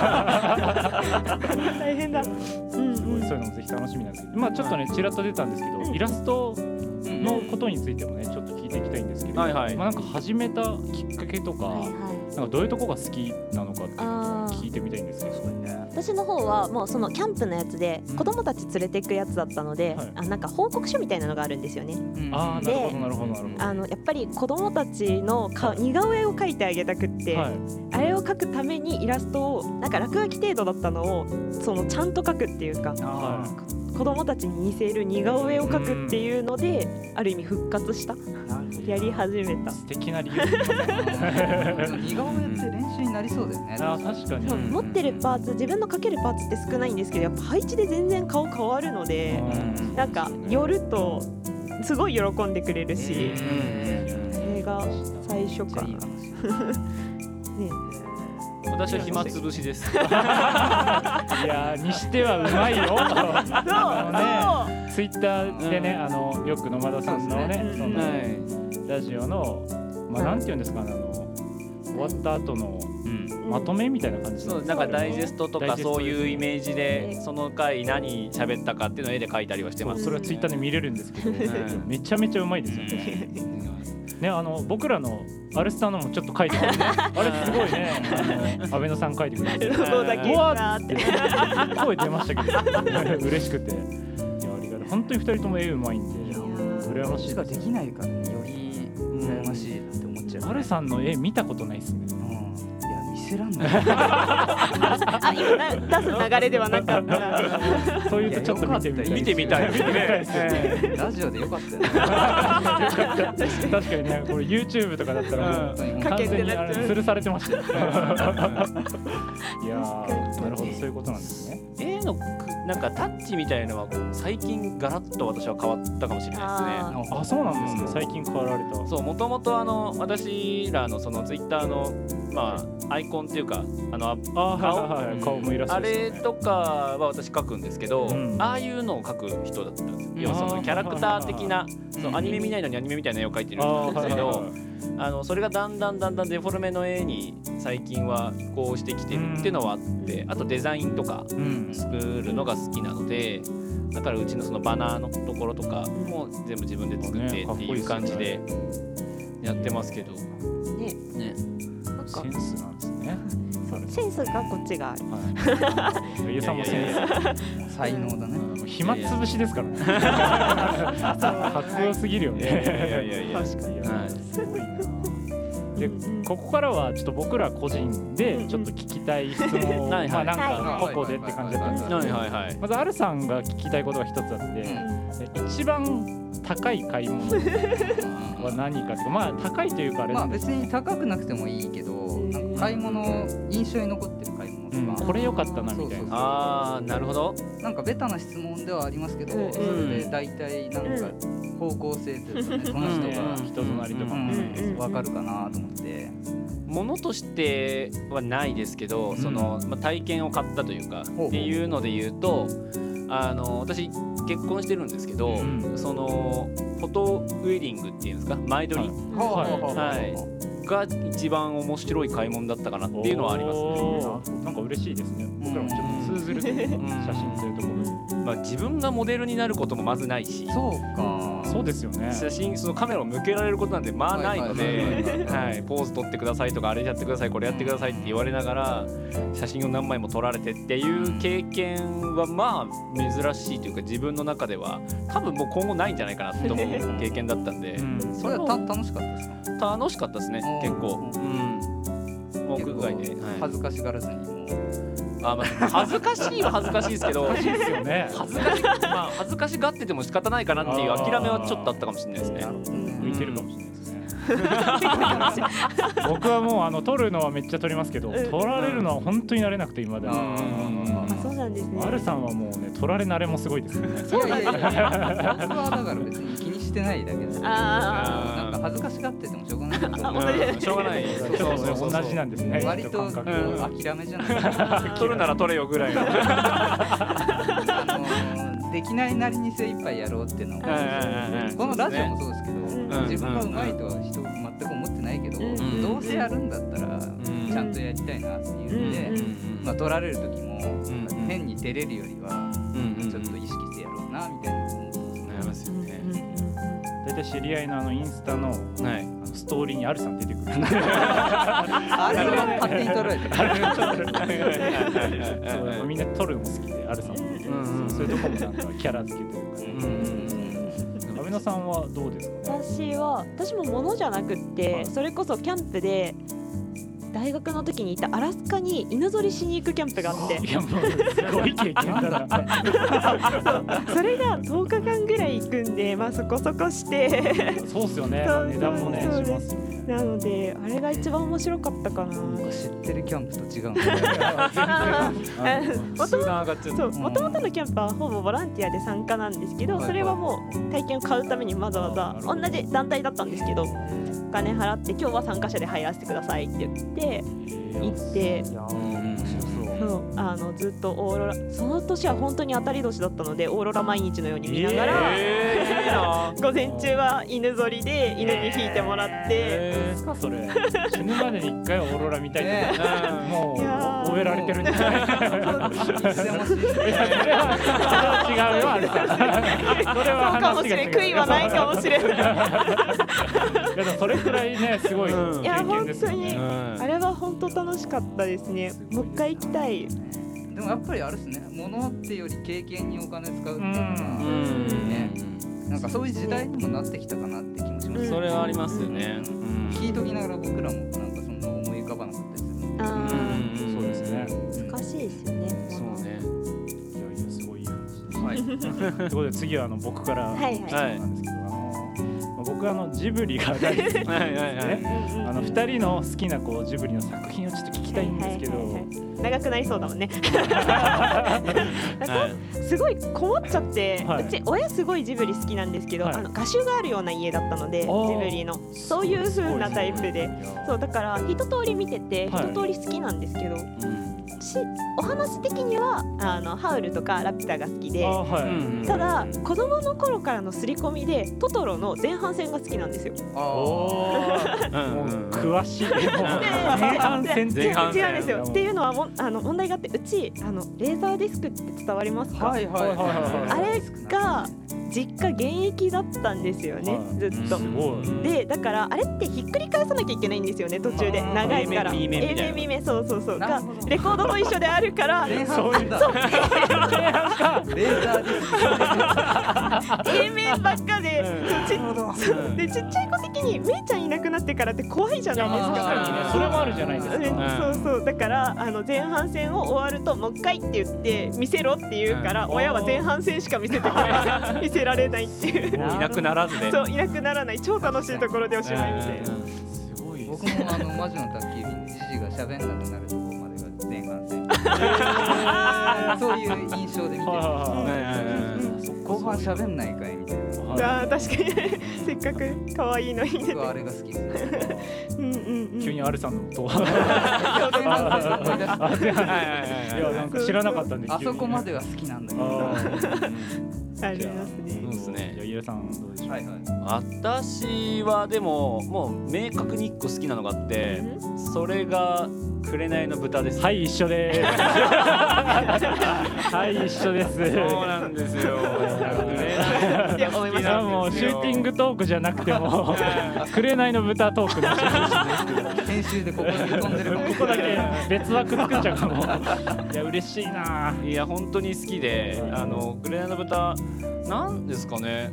Speaker 4: う
Speaker 3: 大変だ。うん
Speaker 10: すご
Speaker 3: う
Speaker 10: い
Speaker 3: ん
Speaker 10: そういうのもぜひ楽しみなんですけど、まあ、ちょっとねちらっと出たんですけど、
Speaker 3: うん
Speaker 10: イラスト
Speaker 1: うん
Speaker 10: のことについてもねちょっと聞いていきたいんですけど、
Speaker 4: はいはい
Speaker 10: まあ、なんか始めたきっかけとか,、
Speaker 7: はいはい
Speaker 10: なんかどういうとこが好きなのかっていうのを
Speaker 7: あー
Speaker 10: 聞いてみたいんですけど、
Speaker 1: ね
Speaker 5: 私の方はもうそのキャンプのやつで子供たち連れていくやつだったので、
Speaker 2: はい
Speaker 5: あなんか報告書みたいなのがあるんですよね。
Speaker 2: ああな
Speaker 5: で
Speaker 2: るほどなるほどなるほど
Speaker 5: あのやっぱり子供たちの顔似顔絵を描いてあげたくって、
Speaker 2: はい
Speaker 5: あれを描くためにイラストをなんか落書き程度だったのをそのちゃんと描くっていうか
Speaker 2: は
Speaker 5: 子供たちに似せる似顔絵を描くっていうのである意味復活したやり始めた
Speaker 2: い素敵な理由
Speaker 1: 似顔絵って練習になりそうだよね。 [LAUGHS]
Speaker 2: あー確かに
Speaker 5: そう持ってるパーツ自分の描けるパーツって少ないんですけどやっぱ配置で全然顔変わるので
Speaker 2: うん
Speaker 5: なんか寄るとすごい喜んでくれるしそれが最初かな。ね
Speaker 4: 私は暇つぶしです。
Speaker 2: いやーにしてはうまいよ
Speaker 5: [LAUGHS]
Speaker 2: あ
Speaker 5: そう
Speaker 2: ツイッターでねあのよく野間田さんのね
Speaker 5: そう
Speaker 2: そ
Speaker 5: で
Speaker 2: の
Speaker 4: はい。
Speaker 2: ラジオのまあなんて言うんですかねあの終わった後の
Speaker 4: うん。
Speaker 2: まとめみたいな感じ
Speaker 4: そうなんかダイジェストと
Speaker 2: ダイ
Speaker 4: か
Speaker 2: ジェスト
Speaker 4: そういうイメージ
Speaker 5: え
Speaker 4: でその回何喋ったかっていうのを絵で描いたりはして
Speaker 2: ま
Speaker 4: ま
Speaker 2: あ
Speaker 4: す。
Speaker 2: それはツイッターで見れるんですけど
Speaker 4: ん
Speaker 2: めちゃめちゃうまいですよねねあの僕らのアルスターのもちょっと書いてくれてあれすごいねあの阿部野さん書いてくれて
Speaker 5: ロゴだけ
Speaker 2: うわ
Speaker 5: だーって
Speaker 2: ーって声出ましたけど嬉しくていやありがたい本当に二人とも絵うまいんで羨ま
Speaker 1: こっ
Speaker 2: し
Speaker 1: ち
Speaker 2: い
Speaker 1: ができないからねより羨ましいって思っちゃう。
Speaker 2: アルさんの絵見たことないですね
Speaker 1: うんいや見せらんない。い
Speaker 5: あ今な出す流れではなかった。
Speaker 2: そういう
Speaker 1: や
Speaker 2: とちょっと見てみたい
Speaker 4: 見てみたい
Speaker 2: 見てみたいですね
Speaker 1: ラジオでよかったよね。
Speaker 2: 確かにねこれ YouTube とかだったらもう
Speaker 1: 本
Speaker 5: か
Speaker 2: 完
Speaker 5: けて
Speaker 2: 全に
Speaker 5: な
Speaker 2: あ
Speaker 5: っちゃ
Speaker 2: れ
Speaker 5: う
Speaker 2: 吊るされてましたよいやーなるほどそういうことなんですね
Speaker 4: 絵のなんかタッチみたいなのはこう最近ガラッと私は変わったかもしれないですね。
Speaker 5: あ
Speaker 2: あそうなんですね最近変わられた
Speaker 4: そうもともとあの私らのそのツイッターのまあアイコンっていうかあの
Speaker 2: あはいはいはい顔もイラス
Speaker 4: あ
Speaker 2: トですよね
Speaker 4: れとかは私描くんですけど、
Speaker 2: うん
Speaker 4: ああいうのを描く人だったんですよ、要はそ
Speaker 2: あ
Speaker 4: の
Speaker 2: ー
Speaker 4: キャラクター的なそのアニメ見ないのにアニメみたいな絵を描いてる人なんですけどあ、のそれがだんだんだんだんデフォルメの絵に最近は移行してきてるっていうのはあって、あとデザインとか
Speaker 2: うん
Speaker 4: 作るのが好きなのでだからうちのそのバナーのところとかも全部自分で作ってっていう感じでやってますけど。
Speaker 5: ね
Speaker 4: ね
Speaker 5: なんか
Speaker 2: センスなんですね
Speaker 5: センスがこっちがある。
Speaker 2: はいゆうさんもセンス
Speaker 1: 才能だね。
Speaker 2: もう暇つぶしですからね [LAUGHS] かっこよすぎるよ
Speaker 4: いやいやいやい
Speaker 2: ね
Speaker 4: やいや
Speaker 2: 確かに
Speaker 4: はい
Speaker 2: すごいなでここからはちょっと僕ら個人でちょっと聞きたい質
Speaker 4: [LAUGHS]
Speaker 2: 問を
Speaker 4: はい
Speaker 2: ま
Speaker 4: は
Speaker 2: あ
Speaker 4: い
Speaker 2: なんか個々でって感じだったんですけど
Speaker 4: はいはいはい。
Speaker 2: まずアルさんが聞きたいことが一つあって一番高い買い物は何かってまあ高いというかあれ
Speaker 1: ま
Speaker 2: な
Speaker 1: あ
Speaker 2: んで
Speaker 1: 別に高くなくてもいいけど、なんか買い物印象に残ってる買い
Speaker 2: す
Speaker 1: 物
Speaker 2: う
Speaker 1: と
Speaker 2: ん
Speaker 1: か、
Speaker 2: これ良かったなみたいな
Speaker 4: あーなるほど。
Speaker 1: なんかベタな質問ではありますけど、
Speaker 5: うん
Speaker 1: それで大体なんか方向性というか、ね、この人が、
Speaker 2: 人となりとか
Speaker 1: うん
Speaker 5: うんうん
Speaker 1: 分かるかなと思って、
Speaker 4: ものとしてはないですけど、そのまあ、体験を買ったというか
Speaker 1: ほう
Speaker 4: っていうので言うとあの私結婚してるんですけど、
Speaker 2: うん
Speaker 4: そのフォトウェディングっていうんですか前撮りはいが一番面白い買い物だったかなっていうのはありますね。
Speaker 2: おーなんか嬉しいですね僕らもちょっと通ずるというか
Speaker 4: うん
Speaker 2: 写真というところに
Speaker 4: まあ、自分がモデルになることもまずないし
Speaker 1: そうか
Speaker 2: そうですよね
Speaker 4: 写真そのカメラを向けられることなんてまあないので、はい、ポーズ撮ってくださいとかあれやってくださいこれやってくださいって言われながら写真を何枚も撮られてっていう経験はまあ珍しいというか自分の中では多分もう今後ないんじゃないかなって思う経験だったんで
Speaker 2: うん
Speaker 1: それはた楽しかったですか
Speaker 4: 楽しかったですね結構。うんもう屋外で、
Speaker 1: 結構
Speaker 4: はい
Speaker 1: 恥ずかしがらずにもう
Speaker 4: あまあ、恥ずかしいは恥ずかしいですけど
Speaker 2: 嬉しいですよね
Speaker 4: 恥ずかし、まあ、恥ずかしがってても仕方ないかなっていう諦めはちょっとあったかもしれないですね。
Speaker 2: 向いてるかもしれないですね。 [LAUGHS] 僕はもうあの撮るのはめっちゃ撮りますけど、
Speaker 5: うん
Speaker 2: 撮られるのは本当に慣れなくて今で
Speaker 1: あ
Speaker 2: も。
Speaker 1: ー
Speaker 5: そうなんですね。
Speaker 2: アルさんはもうね撮られ慣れもすごいですよね。
Speaker 1: いやいやいや僕はだから別に気にしてないだけです
Speaker 5: あ
Speaker 1: なんか恥ずかしがっててもしょうがないなと思って
Speaker 4: うんしょうが [LAUGHS] ない。
Speaker 2: ちょっとね同じなんですね。
Speaker 1: 割とこう
Speaker 2: 感覚が
Speaker 1: 諦めじゃないか
Speaker 4: 取るなら取れよぐらいの。
Speaker 1: な、あのーできないなりに精一杯やろうっていうのをこのラジオもそうですけど、
Speaker 4: ん
Speaker 1: 自分がうまいとは人全く思ってないけど、
Speaker 5: ん
Speaker 1: どうせやるんだったらちゃんとやりたいなっていうんで、まあ、取られる時も
Speaker 4: ん
Speaker 1: 変に照れるよりはちょっと意識してやろうなみたいな思ってます
Speaker 4: 悩ますよね。
Speaker 2: 大体知り合いのあのインスタのあ
Speaker 4: はい。
Speaker 2: のストーリーにアルさん出 [LAUGHS] てくる
Speaker 1: あれは勝手に取られて
Speaker 2: あれそうみんな撮るの好きでアルさんも、うんうん、そういうとこもなんかキャラ付けというか、ね、うんうん、安倍野さんはどうですか、
Speaker 5: ね、私は私もものじゃなくってそれこそキャンプで大学の時に行ったアラスカに犬ぞりしに行くキャンプがあって [LAUGHS]
Speaker 2: いやもうすごい経験だ [LAUGHS]
Speaker 5: なそれが10日間ぐらい行くんでまあそこそこして [LAUGHS]
Speaker 2: そうっすよね値段もねします
Speaker 5: なのであれが一番面白かったかな
Speaker 1: 知ってるキャンプと違う
Speaker 5: もともとのキャンプはほぼボランティアで参加なんですけどそれはもう体験を買うためにわざわざ同じ団体だったんですけどお金払って今日は参加者で入らせてくださいって言って行ってそうあのずっとオーロラその年は本当に当たり年だったのでオーロラ毎日のように見ながら、えー、午前中は犬ぞりで犬に引いてもらって、
Speaker 2: えー、 [LAUGHS] それ死ぬまでに一回オーロラ見たいとか、ね、もう終えられてるんじゃない違うよあれさそれは
Speaker 5: かもしれ悔いはないかもしれ [LAUGHS] ない
Speaker 2: いやそれくらいねすごい、
Speaker 5: うん、いや本当に、うん、あれは本当楽しかったですね、ね、もう一回行きたい
Speaker 1: でもやっぱりあれですね物ってより経験にお金使うっていうのは、ね、なんかそういう時代にもなってきたかなって気もします、ね、、
Speaker 4: それはありますよね、うん
Speaker 1: 聞いときながら僕らもなんかそんな思い浮かばなかったりするの
Speaker 3: であ
Speaker 2: そうですね
Speaker 3: 難しいですよね
Speaker 2: そうねいやいやすごいいい話はいということで次はあの僕からはい質問なんですけど、はい僕あのジブリが大好きなんであの二人の好きなこうジブリの作品をちょっと聞きたいんですけど、はいはいはい
Speaker 5: はい、長くなりそうだもんね。 [LAUGHS] すごいこもっちゃって、はい、うち親すごいジブリ好きなんですけど、はい、あの画集があるような家だったのでジブリのそういう風なタイプで、そうだから一通り見てて一通り好きなんですけど。しお話的にはあのハウルとかラピュタが好きで、はい、ただ子供の頃からの刷り込みでトトロの前半戦が好きなんですよ。
Speaker 2: 詳しい。
Speaker 5: 前半戦違うんですよ。っていうのはもあの問題があってうちあのレーザーディスクって伝わりますか？
Speaker 1: はいはいはい
Speaker 5: はい、あれが実家現役だったんですよね、はい、ずっと。でだからあれってひっくり返さなきゃいけないんですよね途中で長いから。
Speaker 4: A 面 B
Speaker 5: 面そうそうそうがレコードも一緒であるから。 [LAUGHS]
Speaker 1: そういう
Speaker 5: そう。。
Speaker 1: レーザーです
Speaker 5: A 面ばっかで、うん、でちっちゃい子的にめいちゃんいなくなってからって怖いじゃないです
Speaker 2: か。それもあるじゃないですか。
Speaker 5: そうそうだからあの前半戦を終わるともう一回って言って見せろって言うから、親は前半戦しか見せてくれな
Speaker 2: [LAUGHS]
Speaker 5: い。見せられないっていう。い
Speaker 4: なくならずね。
Speaker 5: そういなくならない超楽しいところでおしまいみたいな。
Speaker 1: すごい。僕もあの魔女の宅急便じじが喋んなくなるとこまでが前半戦。そういう印象で見てる。
Speaker 2: [LAUGHS]
Speaker 1: 後半喋んないかいみたいな。
Speaker 5: あ確かにせっかく可愛いのに。
Speaker 1: あれが好き。
Speaker 5: うんうん
Speaker 2: 急にアルさんのと。いやなんか知らなかったんで。
Speaker 1: あそこまでは好きなんだけど。
Speaker 5: ありますね。
Speaker 4: そうですね。
Speaker 2: じゃあさんどうでしょう。はいはい。
Speaker 4: 私はでももう明確に一個好きなのがあって、それが紅の豚です。
Speaker 2: はい一緒です。はい一緒です。そう
Speaker 4: なんですよ。 [LAUGHS]
Speaker 2: いやもうシューティングトークじゃなくても [LAUGHS] 紅の豚トーク
Speaker 1: で編集でここだけ飛んでる
Speaker 2: ここだけ別枠作っちゃうか [LAUGHS] もいや嬉しいない
Speaker 4: や本当に好きであの紅の豚なんですかね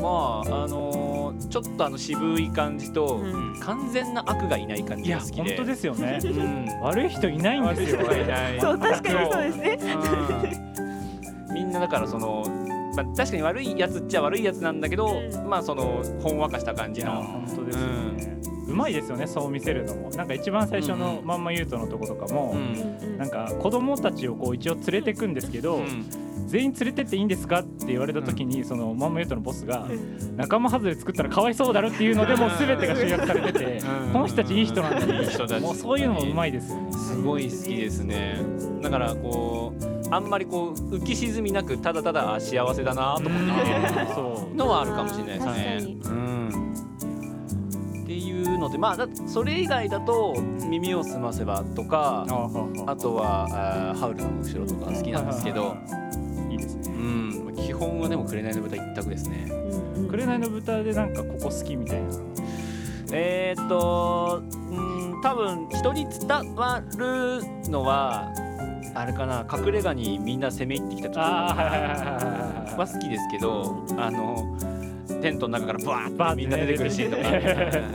Speaker 4: まああのー、ちょっとあの渋い感じと、うん、完全な悪がいない感じが好きで
Speaker 2: 本当ですよね、うん、悪い人いないんですよ
Speaker 5: そう確かにそうですね
Speaker 4: みんなだからそのまあ、確かに悪いやつっちゃ悪いやつなんだけど、まあそのほんわかした感じの
Speaker 2: 本当ですよね、うん、うまいですよねそう見せるのもなんか一番最初のまんまゆうとのとことかも、うん、なんか子供たちをこう一応連れてくんですけど、うん、全員連れてっていいんですかって言われた時に、そのまんまゆうとのボスが、仲間外れ作ったらかわいそうだろっていうのでもう全てが集約されてて、この人たちいい人なんだいい人だもうそういうのもうまいですよね
Speaker 4: すごい好きですねだからこうあんまりこう浮き沈みなくただただ幸せだなと思ってのはあるかもしれないですね。うん、っていうのでまあそれ以外だと「耳をすませば」とかあとはあ「ハウルの後ろ」とか好きなんですけど。、
Speaker 2: いいですね、うん
Speaker 4: 基本はでも「紅の豚」一択ですね。
Speaker 2: 紅の豚でなんかここ好きみたいな
Speaker 4: えーっとうん多分人に伝わるのはあれかな隠れ家にみんな攻め入ってきた時
Speaker 2: あ
Speaker 4: は好きですけどあのテントの中からバーッ
Speaker 2: バーッて
Speaker 4: と
Speaker 2: ね
Speaker 4: みんな出てくるシーンとか。
Speaker 2: [LAUGHS]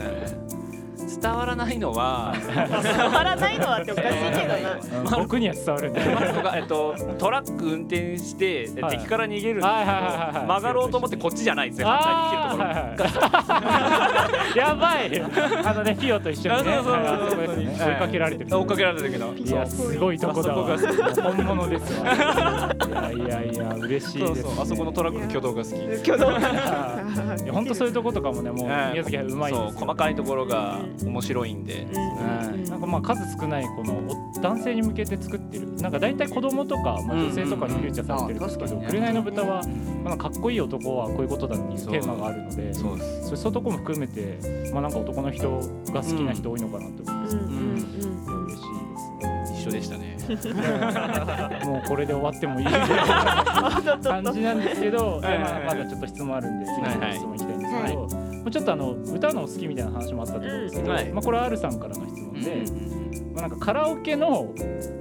Speaker 4: 伝わらないのは、
Speaker 5: 伝わらないのはっておかしいけどな。
Speaker 2: あはい僕には伝わ
Speaker 4: [LAUGHS]
Speaker 2: るんだよ
Speaker 4: マルコがえっと、トラック運転して敵
Speaker 2: はい
Speaker 4: から逃げるんですけど
Speaker 2: はいはいはいはい
Speaker 4: 曲がろうと思ってこっちじゃないんですよ反対に来てるところが
Speaker 2: あーやばいあのねフィオと一緒にね
Speaker 4: そうそうそう
Speaker 2: あそこですね追いかけられてる
Speaker 4: 追っかけられてるけど
Speaker 2: いやすごいとこだわ
Speaker 4: あ
Speaker 2: 本物ですわいやいやいや嬉しい
Speaker 4: そう
Speaker 2: です、ね、
Speaker 4: そうあそこのトラックの挙動が好き
Speaker 5: 挙動が
Speaker 2: いや本当そういうとことかもねもう
Speaker 4: はい
Speaker 2: 宮崎はうまいん
Speaker 4: そう
Speaker 2: ですよ
Speaker 4: 細かいところが面白いんで
Speaker 2: うんなんかまあ数少ないこのお男性に向けて作ってるなんか大体子供とか、まあ、
Speaker 4: うん
Speaker 2: 女性とかにフューチャーされてるんですけど「
Speaker 1: うんうんあ確かにね
Speaker 2: 紅の豚は」まあ、かっこいい男はこういうことだっていう
Speaker 4: そう
Speaker 2: テーマがあるのでそう
Speaker 4: です
Speaker 2: そういうとこも含めて、まあ、なんか男の人が好きな人多いのかなと思って、う嬉しい
Speaker 4: 一緒でしたね
Speaker 2: ですねもうこれで終わってもいいぐらいの感じなんですけど、
Speaker 4: [LAUGHS] はいはい
Speaker 2: まあまだちょっと質問あるんで次の質問いきたいんですけど、もうちょっとあの歌うのお好きみたいな話もあったと思うんですけど、
Speaker 4: うんはい
Speaker 2: まあ、これは R さんからの質問で。まあ、なんかカラオケの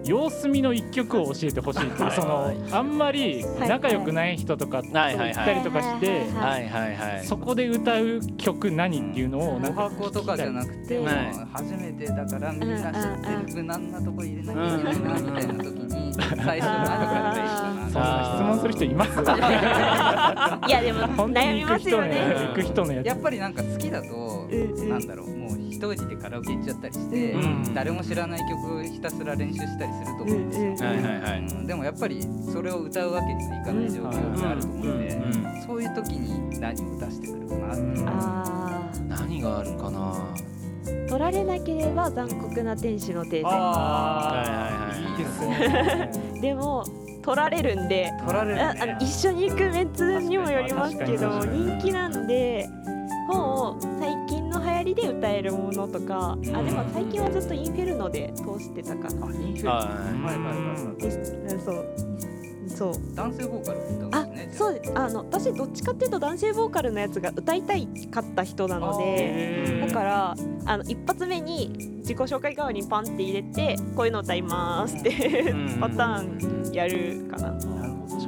Speaker 2: 様子見の一曲を教えてほしいっていうそのあんまり仲良くない人とかと
Speaker 4: はいは
Speaker 2: 行
Speaker 4: いはい
Speaker 2: ったりとかして
Speaker 4: はいはいはい
Speaker 2: そこで歌う曲何っていうのをな
Speaker 1: お
Speaker 2: んか
Speaker 1: 箱とかじゃなくて、もう
Speaker 4: はい
Speaker 1: 初めてだからみんな知ってる無難なとこ入れなきゃいけないなみたいな時に最初なのか
Speaker 2: そ
Speaker 1: っ
Speaker 2: ん
Speaker 1: た
Speaker 2: な質問する人います
Speaker 5: いやでも
Speaker 2: 本当
Speaker 5: 悩
Speaker 2: に
Speaker 5: み
Speaker 2: 行く
Speaker 5: ます
Speaker 2: 人
Speaker 5: よ
Speaker 2: のや
Speaker 5: ね。
Speaker 2: つ行く人のや
Speaker 1: やっぱりなんか好きだと、
Speaker 5: うんうん
Speaker 1: なんだろうもう一人でカラオケ行っちゃったりして、
Speaker 4: うん
Speaker 1: 誰も知らない曲をひたすら練習したりすると思
Speaker 5: う
Speaker 1: うんで
Speaker 5: んう
Speaker 1: すよ、
Speaker 5: ん
Speaker 4: はいはいはい
Speaker 1: うんでもやっぱりそれを歌うわけにはいかない状況ってあると思うんで、そういう時に何を出してくるかなっていう、
Speaker 5: あ
Speaker 4: 何があるかな
Speaker 5: あ、取られなければ残酷な天使のテーゼ。
Speaker 2: あ
Speaker 4: はいはいはい
Speaker 2: ーいいですね
Speaker 5: でも取られるんで、
Speaker 1: 取られ
Speaker 5: あ
Speaker 1: る
Speaker 5: あの
Speaker 1: ね
Speaker 5: 一緒に行くメンツにもよりますけど
Speaker 2: 確かに確かに
Speaker 5: 人気なんでもう最近の流行りで歌えるものとかあでも最近はずっとインフェルノで通してたかな
Speaker 4: は
Speaker 1: はいはいはいは
Speaker 5: うんそうそう
Speaker 1: い男性ボーカルだった
Speaker 5: あ
Speaker 1: んですね
Speaker 5: そううあの私どっちかっていうと男性ボーカルのやつが歌いたいかった人なので
Speaker 2: へー
Speaker 5: だからあの一発目に自己紹介代わりにパンって入れてこういうの歌いますって
Speaker 4: い
Speaker 5: パターンやるかな、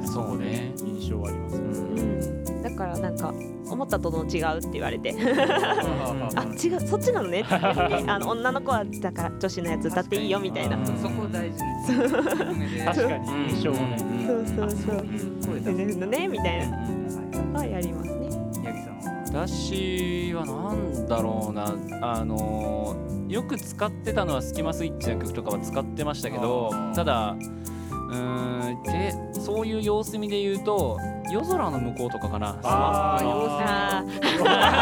Speaker 4: そうね
Speaker 2: 印象あります
Speaker 5: うん、だからなんか思ったとの違うって言われて
Speaker 1: あ
Speaker 5: あ [LAUGHS] 違うそっちなのねっ
Speaker 4: [LAUGHS]
Speaker 5: て言ってあの女の子はだから女子のやつ歌っていいよみたいな
Speaker 4: 確か
Speaker 1: そこ大事ですね低めで
Speaker 2: 確かに印象もね
Speaker 5: そうそうそう
Speaker 1: 声出
Speaker 5: 全
Speaker 1: す
Speaker 5: 然のねみたいな
Speaker 1: は
Speaker 5: のはやりますね
Speaker 1: い八木さんは
Speaker 4: 私はなんだろうなあのーよく使ってたのは「スキマスイッチ」の曲とかは使ってましたけど
Speaker 1: あー
Speaker 4: ただうーんでそういう様子見で言うと夜空の向こうとかかな
Speaker 2: あー
Speaker 1: 様子見
Speaker 5: あ
Speaker 2: [LAUGHS]
Speaker 5: ー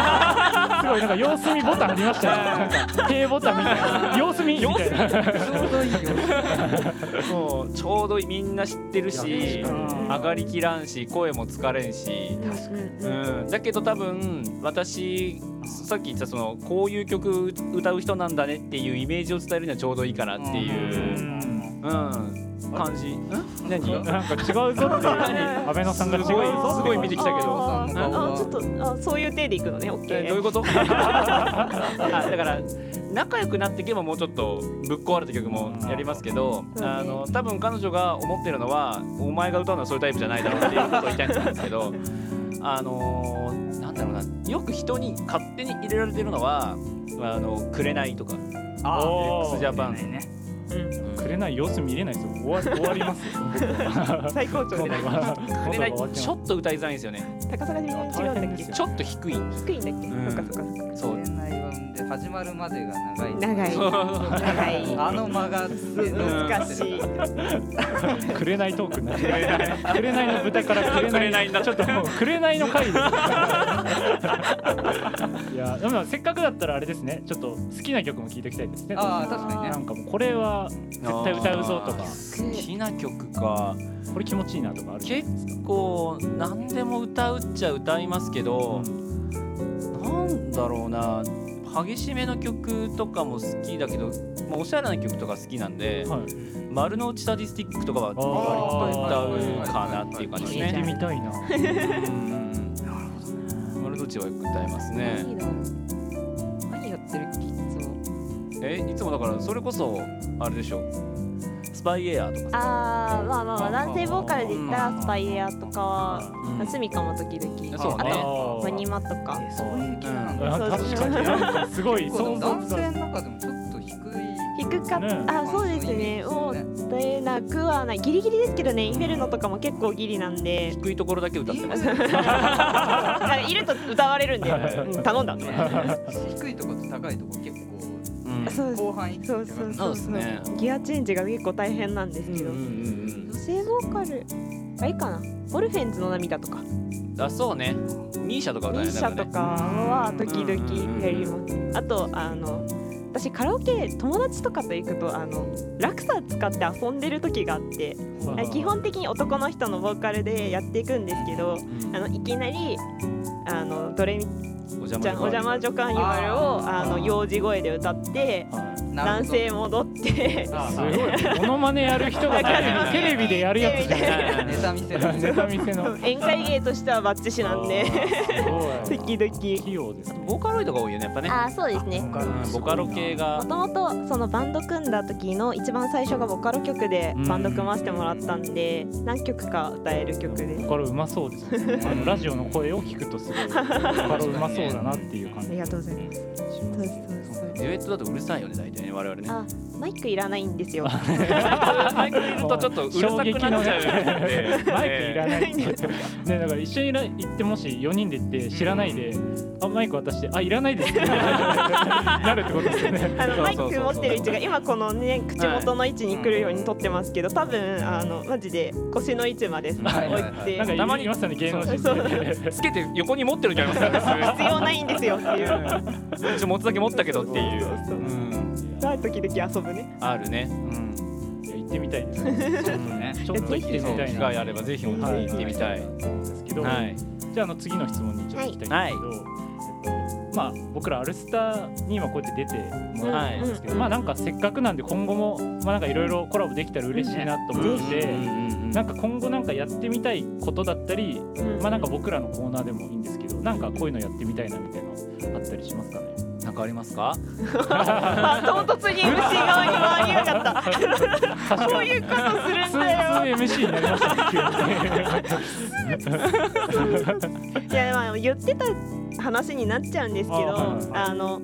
Speaker 2: すごいなんか様子見ボタンありましたねなんか手ボタンみたいな様子見みたいな
Speaker 1: ちょうどいいよ
Speaker 4: そうちょうどいいみんな知ってるし上がりきらんし声も疲れんしうん、だけど多分私さっき言ったそのこういう曲歌う人なんだねっていうイメージを伝えるにはちょうどいいかなっていう、うん感じ。ん何
Speaker 2: なんか違うぞっていう安倍野さんが違うぞ
Speaker 4: すごい見てきたけど
Speaker 5: あー
Speaker 1: なんか
Speaker 5: あーちょっとあーそういう体でいくのねオッケ
Speaker 4: えどういう
Speaker 5: ー
Speaker 4: ことあだから仲良くなっていけばもうちょっとぶっ壊れた曲もやりますけど、
Speaker 5: うん
Speaker 4: あの多分彼女が思ってるのはお前が歌うのはそういうタイプじゃないだろうっていうことを言いたいんですけどあのーなんだろうなよく人に勝手に入れられてるのは「あの紅」とか
Speaker 1: あ
Speaker 2: おー
Speaker 4: x ジャパン
Speaker 1: ね
Speaker 4: [LAUGHS]
Speaker 2: くれない様子見れないですよ。終わ終わりますよ。
Speaker 5: 最高潮でなんか
Speaker 4: 紅ちょっと歌いづらいんですよね
Speaker 5: 高さが全然違うんだっけ
Speaker 4: ちょっと低い
Speaker 5: 低いんだっけ、
Speaker 4: うん
Speaker 5: そっかそっかそっか
Speaker 4: そう
Speaker 1: 恋愛はで始まるまでが長い
Speaker 5: 長い長
Speaker 1: [LAUGHS]
Speaker 5: い
Speaker 1: あの間が難
Speaker 5: 難しい
Speaker 2: くれないトークになっちゃう。くれないの豚からくれない。
Speaker 4: 紅になっ
Speaker 2: ちょっともうくれないの回です。いやでもせっかくだったらあれですね。ちょっと好きな曲も聞いておきたいですね。
Speaker 1: ああ確かに
Speaker 2: な
Speaker 1: ね
Speaker 2: んかもうこれは絶対歌うぞとか
Speaker 4: あ、ー好きな曲か
Speaker 2: これ気持ちいいなとかある。
Speaker 4: 結構何でも歌うっちゃ歌いますけど、なんだろうな激しめの曲とかも好きだけど、まあ、おしゃれな曲とか好きなんで「
Speaker 2: はい。
Speaker 4: 丸の内サディスティック」とかは
Speaker 2: あ
Speaker 1: ー
Speaker 4: 割と歌うかなっていう感じです
Speaker 2: 聞いて
Speaker 4: ね。
Speaker 2: みたいな。
Speaker 4: うんうんうん丸の内はよく歌いますね。
Speaker 5: 何が
Speaker 4: もだからそれこそあれでしょスパイエアーとかさ
Speaker 5: あーまあまあまあ男性ボーカルで言ったらスパイエアとか
Speaker 4: うん
Speaker 5: スミカも時々
Speaker 4: そう
Speaker 5: あ
Speaker 4: ね
Speaker 5: とマニマとか
Speaker 1: えそういう系なんだ
Speaker 2: あ
Speaker 5: そう
Speaker 2: 確かになんかすごい
Speaker 1: 結構
Speaker 2: 想像
Speaker 1: 男
Speaker 2: つか
Speaker 1: 性の中でもちょっと低い
Speaker 5: 低かっ
Speaker 2: ね
Speaker 5: たあそうですねもう出なくはないギリギリですけどねインフェルノとかも結構ギリなんで
Speaker 4: 低いところだけ歌ってます
Speaker 5: なんかいると歌われるんでうん頼んだ
Speaker 1: [LAUGHS] 低いとこと高いとこ結構
Speaker 4: うん
Speaker 5: そうです
Speaker 1: 後半いく
Speaker 5: そうそう
Speaker 4: そ
Speaker 5: そうう
Speaker 4: です
Speaker 5: そう、
Speaker 4: ね
Speaker 5: ギアチェンジが結構大変なんですけど、女性ボーカルがいいかなオルフェンズの涙とか
Speaker 4: あそうねミーシャとか
Speaker 5: ミ
Speaker 4: 歌え
Speaker 5: ーシ
Speaker 4: ない
Speaker 5: ャとかは時々やりますあとあの私カラオケ友達とかと行くとあの落差使って遊んでる時があってあ基本的に男の人のボーカルでやっていくんですけどあのいきなりあのドレミ
Speaker 4: お
Speaker 5: ちゃんお邪魔女カーニバルをあの幼児声で歌って男性戻 [LAUGHS] って
Speaker 2: すごいモノマネやる人がテレビテレビでやるやつじゃ
Speaker 1: [LAUGHS]
Speaker 2: ん
Speaker 1: ネタ見せる
Speaker 2: [LAUGHS] ネタ見せの
Speaker 5: 宴会芸としてはバッチシなんで [LAUGHS]
Speaker 2: すごい
Speaker 5: 時々
Speaker 2: 器用ですね
Speaker 4: ボーカロイドが多いよねやっぱね
Speaker 5: あーそうですね
Speaker 4: うんボカロ系が
Speaker 5: もともとそのバンド組んだ時の一番最初がボカロ曲でバンド組ませてもらったんで何曲か歌える曲です
Speaker 2: これうまそうですねあのラジオの声を聞くとすごいこれうまそうだなっていう感
Speaker 5: あ
Speaker 2: じ
Speaker 5: りがとうございますそうですそうです
Speaker 4: デュエットだとうるさいよね大体ね我々ね
Speaker 5: あマイクいらないんですよ
Speaker 4: マイクいるとちょっとうるさくなっちゃうよね
Speaker 2: マイクいらないってねだから一緒にら行ってもし4人で行って知らないで、あマイク渡してあいらないですって [LAUGHS] なるってことですよね
Speaker 5: あの
Speaker 4: そう
Speaker 5: マ
Speaker 4: そう
Speaker 5: イ
Speaker 4: そう
Speaker 5: ク持ってる位置が今このね口元の位置に来るように撮ってますけど多分あのマジで腰の位置まで置い
Speaker 1: はいはいはい
Speaker 5: て
Speaker 2: なんか
Speaker 4: たま
Speaker 2: ま
Speaker 4: に
Speaker 2: にいましたね芸能人
Speaker 5: そうそう
Speaker 2: で
Speaker 4: つけて横に持ってるんじゃないますか
Speaker 5: 必要ないんですよっていう
Speaker 4: 普通持つだけ持ったけどっていう
Speaker 5: そうそう
Speaker 4: うん
Speaker 5: さあ [LAUGHS] 時々遊ぶね
Speaker 4: あるね
Speaker 2: いや行ってみたいですね
Speaker 1: ね
Speaker 2: ちょっと行ってみ
Speaker 4: そう
Speaker 2: たい
Speaker 4: 機
Speaker 2: な
Speaker 4: 会あればぜひ本当に行ってみたい
Speaker 2: ですけど、
Speaker 4: はい
Speaker 2: じゃああの次の質問にちょっと行きたいんですけど、えっとまあ僕らアルスタに今こうやって出てもらってるんですけど、
Speaker 5: はい
Speaker 2: まあなんかせっかくなんで今後もまあなんかいろいろコラボできたら嬉しいなと思って、なんか今後なんかやってみたいことだったり、まあなんか僕らのコーナーでもいいんですけど、なんかこういうのやってみたいなみたいなのあったりしますかね。
Speaker 4: なんかありますか
Speaker 5: あ唐突に MC 側に回りやがった [LAUGHS]
Speaker 2: 確
Speaker 5: こ
Speaker 2: か
Speaker 5: う
Speaker 2: に。
Speaker 5: いうことするん
Speaker 2: 普通
Speaker 5: だ
Speaker 2: 普
Speaker 5: よ [LAUGHS]
Speaker 2: 通 MC になりましたね急に。
Speaker 5: いやまあ言ってた話になっちゃうんですけど
Speaker 2: あ
Speaker 5: あ,、
Speaker 2: はいはい
Speaker 5: の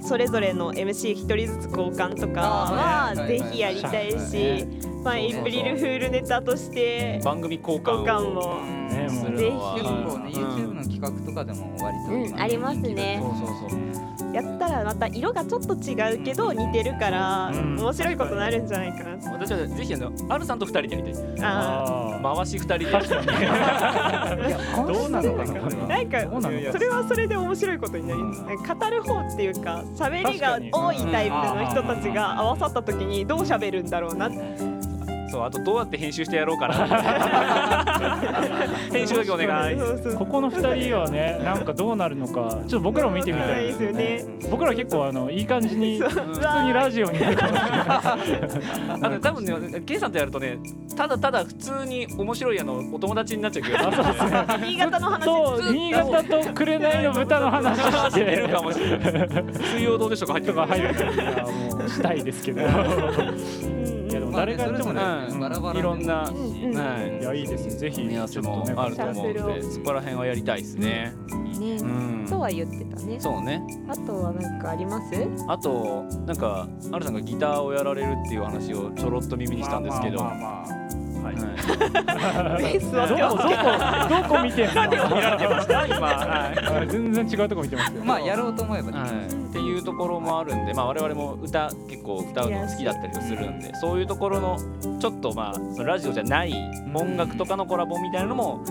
Speaker 5: それぞれの MC 一人ずつ交換とか
Speaker 1: あ
Speaker 5: は
Speaker 1: はいはい
Speaker 5: ぜ
Speaker 1: はい
Speaker 5: ひやりたい
Speaker 1: そう
Speaker 5: し、まあ、
Speaker 1: そうそう
Speaker 5: エイ
Speaker 1: そう
Speaker 5: プリルフールネタとして
Speaker 4: 番組交換
Speaker 5: 交換
Speaker 4: を
Speaker 5: も
Speaker 2: ねもう
Speaker 4: する
Speaker 5: ぜ
Speaker 4: の
Speaker 1: 結
Speaker 4: は
Speaker 1: 構ね YouTube の企画とかでも割と今ね
Speaker 5: うんありますね
Speaker 1: そうそうそう
Speaker 5: やったらまた色がちょっと違うけど似てるから
Speaker 2: うん
Speaker 5: 面白いことになるんじゃないかな
Speaker 4: 私はぜひあのアルさんと二人でやりたい
Speaker 5: あ
Speaker 2: あ
Speaker 4: 回し二人で
Speaker 1: いや
Speaker 2: ーどうなのか
Speaker 1: これ
Speaker 2: な
Speaker 5: ー。なんか
Speaker 2: そうなのか
Speaker 5: それはそれで面白いことになります語る方っていうか喋りが多いタイプの人たちが合わさった時にどう喋るんだろうなって
Speaker 4: そうあとどうやって編集してやろうかな [LAUGHS] 編集だけお願い
Speaker 5: そうそう
Speaker 2: ここの2人はねなんかどうなるのかちょっと僕らも見てみたい
Speaker 5: ですよね。
Speaker 2: 僕ら結構あのいい感じに普通
Speaker 5: 普
Speaker 2: にラジオに出てくる
Speaker 4: あの多分ね、ケイさんとやるとね、ただただ普通に面白いあのお友達になっちゃうけど、
Speaker 5: 新潟の話
Speaker 2: と
Speaker 5: ずっ
Speaker 2: 新潟と紅の豚の話し
Speaker 4: して
Speaker 2: て
Speaker 4: るかもしれない。水曜どうでしょうか入って
Speaker 2: と
Speaker 4: るか
Speaker 2: か
Speaker 4: 入
Speaker 2: 入
Speaker 4: る。
Speaker 2: るからもうしたいですけどいやでも誰がやってもね
Speaker 1: まあねそれぞれバラバラ
Speaker 4: いろんな、はい
Speaker 2: やいいですねぜひ
Speaker 4: い、組み合わ
Speaker 2: ち
Speaker 4: せ
Speaker 2: ょっと
Speaker 4: も
Speaker 2: ね
Speaker 4: あると思うので、そこら辺はやりたいですね。
Speaker 5: ね
Speaker 4: うん。
Speaker 5: とは言ってたね
Speaker 4: そうね。
Speaker 5: あとは何かあります
Speaker 4: あとなんかアルさんがギターをやられるっていう話をちょろっと耳にしたんですけど、
Speaker 1: まあ
Speaker 4: は
Speaker 1: まあまあ
Speaker 2: どこどこどこ
Speaker 4: い。
Speaker 2: 見てんすか
Speaker 4: 見られてました今。はい。
Speaker 2: あ全然違うとこ見てますよ
Speaker 1: まあやろうと思えばできます
Speaker 4: っていうところもあるんで、まあ、我々も歌結構歌うの好きだったりするんでそういうところのちょっとまあそのラジオじゃない音楽とかのコラボみたいなのも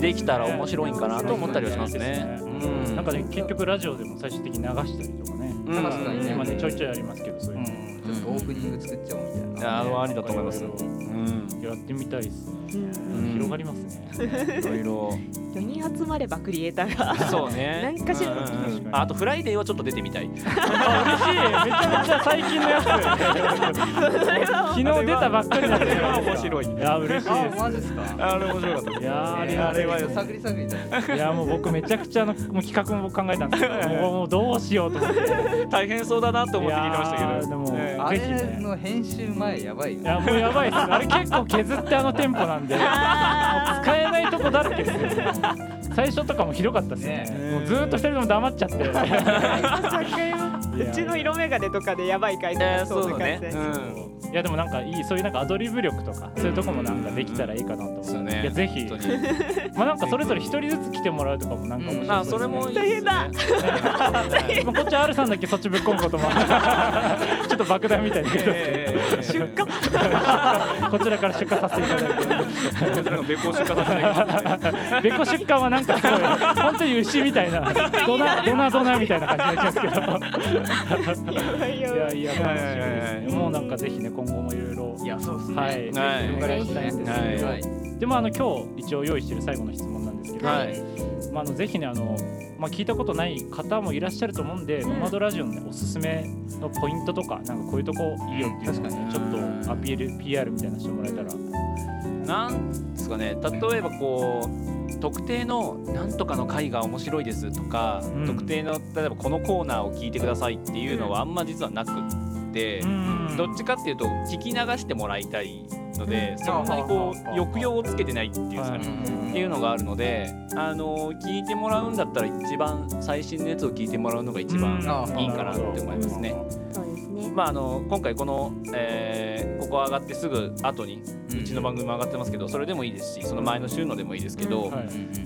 Speaker 4: できたら面白いんかなと思ったりはしますね。うん
Speaker 2: なんかね結局ラジオでも最終的に流したりとかね
Speaker 4: うん
Speaker 1: 確かにね
Speaker 2: 今ねちょいちょいありますけどそういう
Speaker 1: う
Speaker 2: の
Speaker 1: んちょっとオープニング作っちゃおうみたいな、
Speaker 4: あのありだと思います。
Speaker 2: なんか
Speaker 4: う
Speaker 2: 色
Speaker 4: ん、
Speaker 2: 々やってみたいですね、
Speaker 4: ん
Speaker 2: 広がりますね
Speaker 4: いろいろ。
Speaker 5: 4人集まればクリエイターが
Speaker 4: そうね。
Speaker 5: 何かしら
Speaker 4: うんうんうんああとフライデーはちょっと出てみたい。
Speaker 2: 嬉しいめちゃめちゃ最近のやつ昨日出たばっかりだったよ
Speaker 4: 面白い
Speaker 2: いや嬉しい
Speaker 1: あ
Speaker 2: で
Speaker 1: マジですか
Speaker 4: あれ面白かっ
Speaker 2: すいやーありが
Speaker 1: あ
Speaker 2: と
Speaker 1: れ
Speaker 2: うござい
Speaker 1: は探り探りだね
Speaker 2: ますいやもう僕めちゃくちゃあのもう企画も僕考えたんですけどもうもうどうしようと思って
Speaker 4: た。大変そうだなと思って聞いてましたけ
Speaker 2: い
Speaker 4: ど。
Speaker 2: やーでも
Speaker 1: あ
Speaker 2: ぜひね
Speaker 1: れの編集前やばいよ
Speaker 2: いやもうやばいっすあれ結構削ってあのテンポなんでもう使えないとこだらけですよ最初とかもひどかったっすね
Speaker 1: ね
Speaker 2: もうずーっと二人とも黙っちゃっていや
Speaker 5: うちの色眼鏡とかでやばい回と
Speaker 4: えー
Speaker 5: か
Speaker 4: そうだね。
Speaker 5: で
Speaker 4: うん。
Speaker 2: いやでもなんかいいそういうなんかアドリブ力とかそういうとこもなんかできたらいいかなと思って、
Speaker 4: そうね
Speaker 2: いやぜひ
Speaker 4: 本当に
Speaker 2: まあなんかそれぞれ一人ずつ来てもらうとかもなんか面
Speaker 4: あ
Speaker 2: 白
Speaker 4: それ
Speaker 2: そう
Speaker 4: も
Speaker 2: で
Speaker 4: いいです [LAUGHS] ね。
Speaker 2: すね、まあこっちは R さんだけそっちぶっ込むこと
Speaker 4: [LAUGHS]
Speaker 2: もちょっと爆弾みたいに言うと
Speaker 4: [LAUGHS] 出荷。こ
Speaker 2: こちらから出荷させていただいて
Speaker 4: ちらの別行出荷させていただきます [LAUGHS]
Speaker 2: べこ出荷はなんかすごい本当に牛みたいなドナドナドナみたいな感じがしますけどいやいや楽しみですねもうなんかぜひね今後もいろいろ
Speaker 1: いやそうっすね
Speaker 2: はい、
Speaker 4: は
Speaker 2: ぜ
Speaker 4: い
Speaker 2: ひお伺いしたいんですけど、
Speaker 1: はい
Speaker 2: でもあの今日一応用意してる最後の質問なんですけど、
Speaker 4: はい。
Speaker 2: まあ、あのぜひねあの、まあ、聞いたことない方もいらっしゃると思うんで「ノマドラジオ」の、ね、おすすめのポイントとかなんかこういうとこいいよっていうのをね
Speaker 1: うん
Speaker 2: ち
Speaker 4: 確かに
Speaker 2: ょっとアピール PR みたいなのしてもらえたら
Speaker 4: なんですかね例えばこう特定の「なんとかの回が面白いです」とか、
Speaker 2: うん
Speaker 4: 特定の例えばこのコーナーを聞いてくださいっていうのはあんま実はなくって、どっちかっていうと聞き流してもらいたいので、そんなにこう抑揚をつけてないっていうんですかね。
Speaker 1: うん
Speaker 4: っていうのがあるので、あの聞いてもらうんだったら一番最新のやつを聞いてもらうのが一
Speaker 1: う
Speaker 4: 番
Speaker 1: ん
Speaker 4: いいかなって思いますね。
Speaker 3: そうですね。
Speaker 4: まああの今回この、えーここ上がってすぐ後にうちの番組も上がってますけどそれでもいいですしその前の週のでもいいですけど、
Speaker 2: はい
Speaker 1: うんう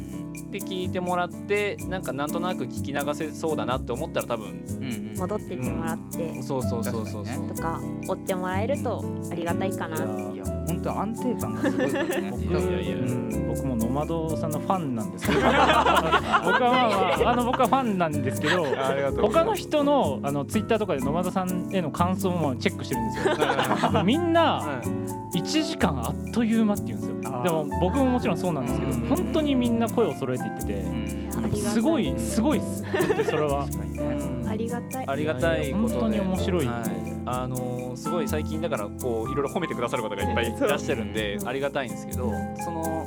Speaker 1: ん
Speaker 4: で聞いてもらってなんかなんとなく聞き流せそうだなって思ったら多分
Speaker 1: うんうん
Speaker 3: 戻ってってもらって
Speaker 4: そうそうそうそうそう、
Speaker 3: とか追ってもらえるとありがたいかな。
Speaker 1: いや本当安定感がすごいからね
Speaker 2: 僕
Speaker 4: いやいやいや
Speaker 2: うん僕もノマドさんのファンなんですけど [LAUGHS] 僕は、まあ、あの僕はファンなんですけど
Speaker 4: ありがと
Speaker 2: 他の人のあのツイッターとかでノマドさんへの感想もチェックしてるんですよ。みんな1時間あっという間って言うんですよ。でも僕ももちろんそうなんですけど
Speaker 1: うん
Speaker 2: 本当にみんな声を揃えていってて
Speaker 1: うん
Speaker 3: ありがたい
Speaker 2: すごいすごいっす本当にそれは。
Speaker 3: ありがたい。
Speaker 4: ありがたいこと
Speaker 2: 本当
Speaker 4: で
Speaker 2: に面白い
Speaker 4: はいあのーすごい最近だからこういろいろ褒めてくださる方がいっぱいいらっしゃるんでありがたいんですけどその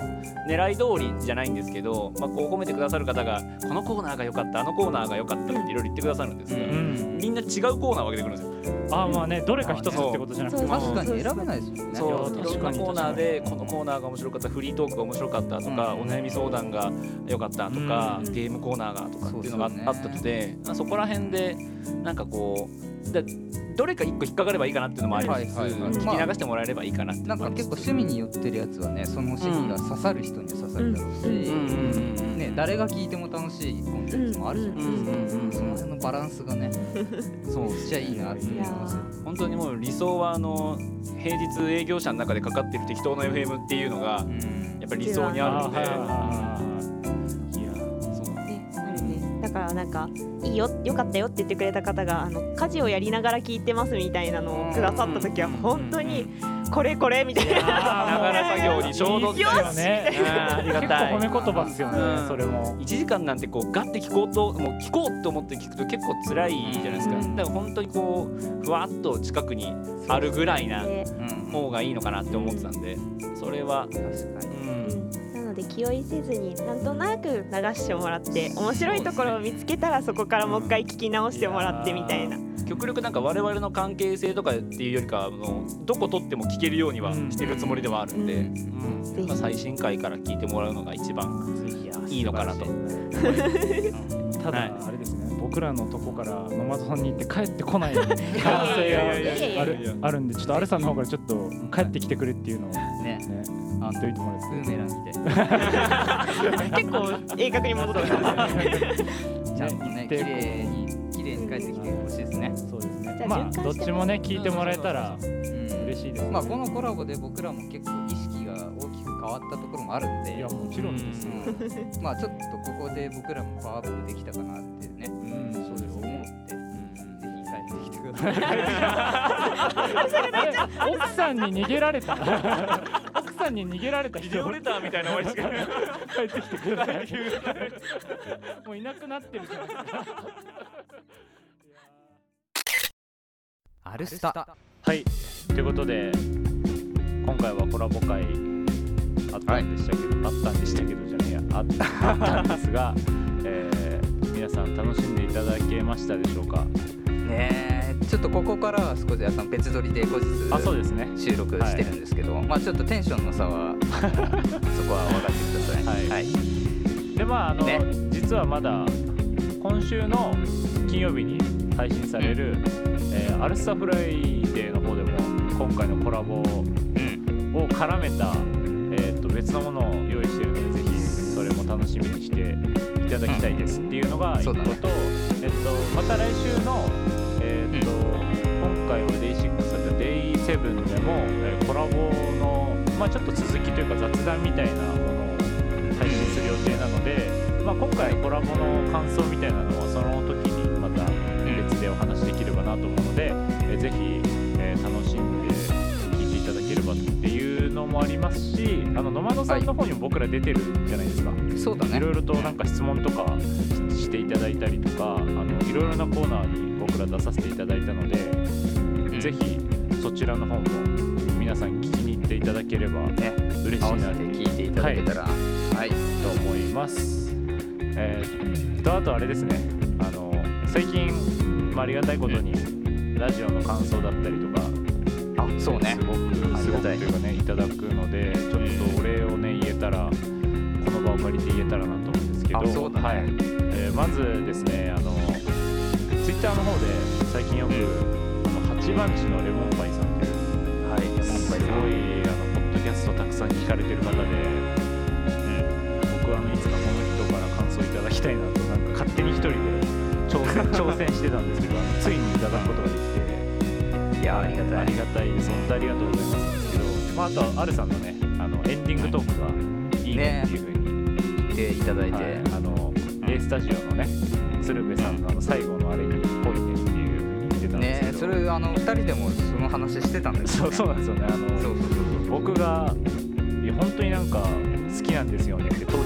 Speaker 4: 狙い通りじゃないんですけど、まあ、こう褒めてくださる方がこのコーナーが良かったあのコーナーが良かったっていろいろ言ってくださるんですが、
Speaker 2: うん、
Speaker 4: みんな違うコーナーを上げてくるんですよ。
Speaker 2: あーまあねどれか一つってことじゃなくて
Speaker 3: そう
Speaker 1: 確かに選べないですもんね
Speaker 2: い
Speaker 4: そ
Speaker 2: うや
Speaker 4: いろん
Speaker 2: 確か
Speaker 4: な
Speaker 2: に
Speaker 4: コーナーで
Speaker 2: 確
Speaker 4: こ
Speaker 2: かに
Speaker 4: のコーナーが面白かったフリートークが面白かったとか、
Speaker 1: うん
Speaker 4: お悩み相談が良かったとか、
Speaker 5: うん
Speaker 4: ゲームコーナーがとかっていうのがあ
Speaker 1: そうそうね
Speaker 4: あったのでまあそこら辺でなんかこうだどれか一個引っかかればいいかなっていうのもあります
Speaker 1: はいはいはい
Speaker 4: 聞き流してもらえればいいかなって
Speaker 1: なんか結構趣味に寄ってるやつはねその趣味が刺さる人には刺さるだろうし、ね、誰が聞いても楽しいコンテンツもあるじゃないですか、その辺のバランスがね
Speaker 4: そう
Speaker 1: めっちゃいいなって思いますよ
Speaker 4: 本当にもう理想はあの平日営業者の中でかかってる適当な FM っていうのが
Speaker 1: うん
Speaker 4: やっぱり理想にあるので、そう
Speaker 5: ねあるねだからなんかいいよよかったよって言ってくれた方があの家事をやりながら聞いてますみたいなのをくださった時は本当にこれこれみたいな
Speaker 4: ながら作業にちょうど
Speaker 2: いいっすよね
Speaker 4: よしありが
Speaker 2: 結構
Speaker 4: たい
Speaker 2: 褒め言葉っすよ
Speaker 4: う
Speaker 2: ね
Speaker 4: ん
Speaker 2: それも。
Speaker 4: 1時間なんてこうガッて聞こうともう聞こうと思って聞くと結構辛いじゃないですか、
Speaker 1: うん
Speaker 4: だから本当にこうふわっと近くにあるぐらいな
Speaker 3: で
Speaker 1: うん
Speaker 4: 方がいいのかなって思ってたんでそれは、
Speaker 1: 確かに
Speaker 3: なので気
Speaker 5: 気
Speaker 3: を
Speaker 5: 負いせずになんとなく流してもらって面白いところを見つけたらそこからもう一回聞き直してもらってみたいな
Speaker 4: 極力なんか我々の関係性とかっていうよりかはあのどこ取っても聞けるようにはしてるつもりではあるんで、
Speaker 5: う
Speaker 4: うんまあ、最新回から聞いてもらうのが一番いいのかなと。
Speaker 2: ただ、
Speaker 4: はい
Speaker 2: あれですね僕らのとこから野間さんに行って帰ってこない可能性
Speaker 4: [LAUGHS]
Speaker 2: があるあるんでちょっとアルさんの方からちょっと帰ってきてくれっていうのをね
Speaker 4: [LAUGHS]
Speaker 1: ね
Speaker 2: 言っといてもらえ
Speaker 1: ブ
Speaker 2: て
Speaker 1: ーメランみたい
Speaker 5: 結構鋭角に戻ってきます
Speaker 1: なちゃんとね綺
Speaker 2: で
Speaker 1: 麗に綺麗に帰ってきてほしいですね、
Speaker 2: そうです
Speaker 5: じ
Speaker 2: ね
Speaker 5: ゃあ
Speaker 2: まあ
Speaker 5: 循
Speaker 2: ど
Speaker 5: 環
Speaker 2: っ
Speaker 5: して
Speaker 2: ちもね聞いてもらえたら
Speaker 1: うん
Speaker 2: 嬉しいですね、
Speaker 1: まあこのコラボで僕らも結構意識が大きく変わったところもあるん
Speaker 2: い
Speaker 1: で
Speaker 2: やもちろんですよ、
Speaker 1: うんまあちょっとここで僕らもパワーアップできたかなってね、
Speaker 2: ん
Speaker 1: そうです思って、ぜひ帰ってきてください
Speaker 10: 奥さんに逃げられた奥さんに逃げられた
Speaker 4: ビデオレターみたいな終わりしかない
Speaker 10: 帰ってきてくださいもういなくなってるじゃないですか
Speaker 9: [LAUGHS] アルスタ
Speaker 2: はいということで今回はコラボ会あったんでしたけど、あったんでしたけどじゃねえやあったあったんですが、えー皆さん楽しんでいただけましたでしょうか
Speaker 1: ねえちょっとここからは少しあの別撮りで後日
Speaker 2: あそうですね
Speaker 1: 収録してるんですけど、まあちょっとテンションの差 [LAUGHS] はそこは分かってください。
Speaker 2: はいでまああの、
Speaker 1: ね
Speaker 2: 実はまだ今週の金曜日に配信される、えーアルスタフライデーの方でも今回のコラボを絡めた、えー、と別のものを用意しているのでぜひそれも楽しみにしていただきたいです、っていうのが一
Speaker 1: そ
Speaker 2: 個
Speaker 1: う
Speaker 2: と、
Speaker 1: だね
Speaker 2: えっとまた来週のえっと、今回は Day6 で Day7 でも、えーコラボのまあちょっと続きというか雑談みたいなものを配信する予定なので、まあ、今回コラボの感想みたいなのはその時にまた別でお話できればなと思うので、えーぜひ、えー楽しんで聞いていただければっていうのもありますしあのノマドさんの方にも僕ら出てるじゃないですか、
Speaker 1: そうだ
Speaker 2: いろ
Speaker 1: ね。
Speaker 2: いろとなんか質問とかししていただいたりとかあのいろいろなコーナーに僕ら出させていただいたので、
Speaker 1: ん
Speaker 2: ぜひそちらの方も皆さん聞きに行っていただければ
Speaker 1: ね
Speaker 2: 嬉しい
Speaker 1: 合わせ
Speaker 2: な
Speaker 1: て
Speaker 2: と
Speaker 1: 聞いていただけたら、はい、
Speaker 2: と思います。えー、とあとあれですねあの最近、まあ、ありがたいことにラジオの感想だったりとか
Speaker 1: あそうね
Speaker 2: す。ごく
Speaker 1: あ
Speaker 2: す
Speaker 1: りが
Speaker 2: ごくと
Speaker 1: たい
Speaker 2: いうかねいただくのでちょっとお礼をね言えたらこの場を借りて言えたらなと思うんですけど
Speaker 1: あそうだね
Speaker 2: はいえーまずですねあのツイッターの方で最近よく、あの八番地のレモンパイさんという
Speaker 1: はい、やっ
Speaker 2: す
Speaker 1: ぱ
Speaker 2: ごい
Speaker 1: り
Speaker 2: あのポッドキャストたくさん聞かれてる方で、僕はあのいつかこの人から感想いただきたいなとなんか勝手に一人で挑
Speaker 1: [LAUGHS]
Speaker 2: 戦挑戦してたんですけどあのついにいただくことができて
Speaker 1: いやありがたい
Speaker 2: ありがたいです本当ありがとうございますですけど、まあ、あとはアルさんのねあのエンディングトークがいいね
Speaker 1: ね
Speaker 2: っていうふうに、
Speaker 1: 言っていただいて、
Speaker 2: はいあの A スタジオのね鶴瓶さんのあの最後のあれにっぽいねっていうふうに言ってたんですけ
Speaker 1: ね
Speaker 2: ど、
Speaker 1: それあの二人でもその話してたんです
Speaker 2: そ
Speaker 1: よ、
Speaker 2: う
Speaker 1: ね。
Speaker 2: そうなんですよねあの
Speaker 1: そうそう
Speaker 2: 僕がいや本当になんか好きなんですよねって当時もう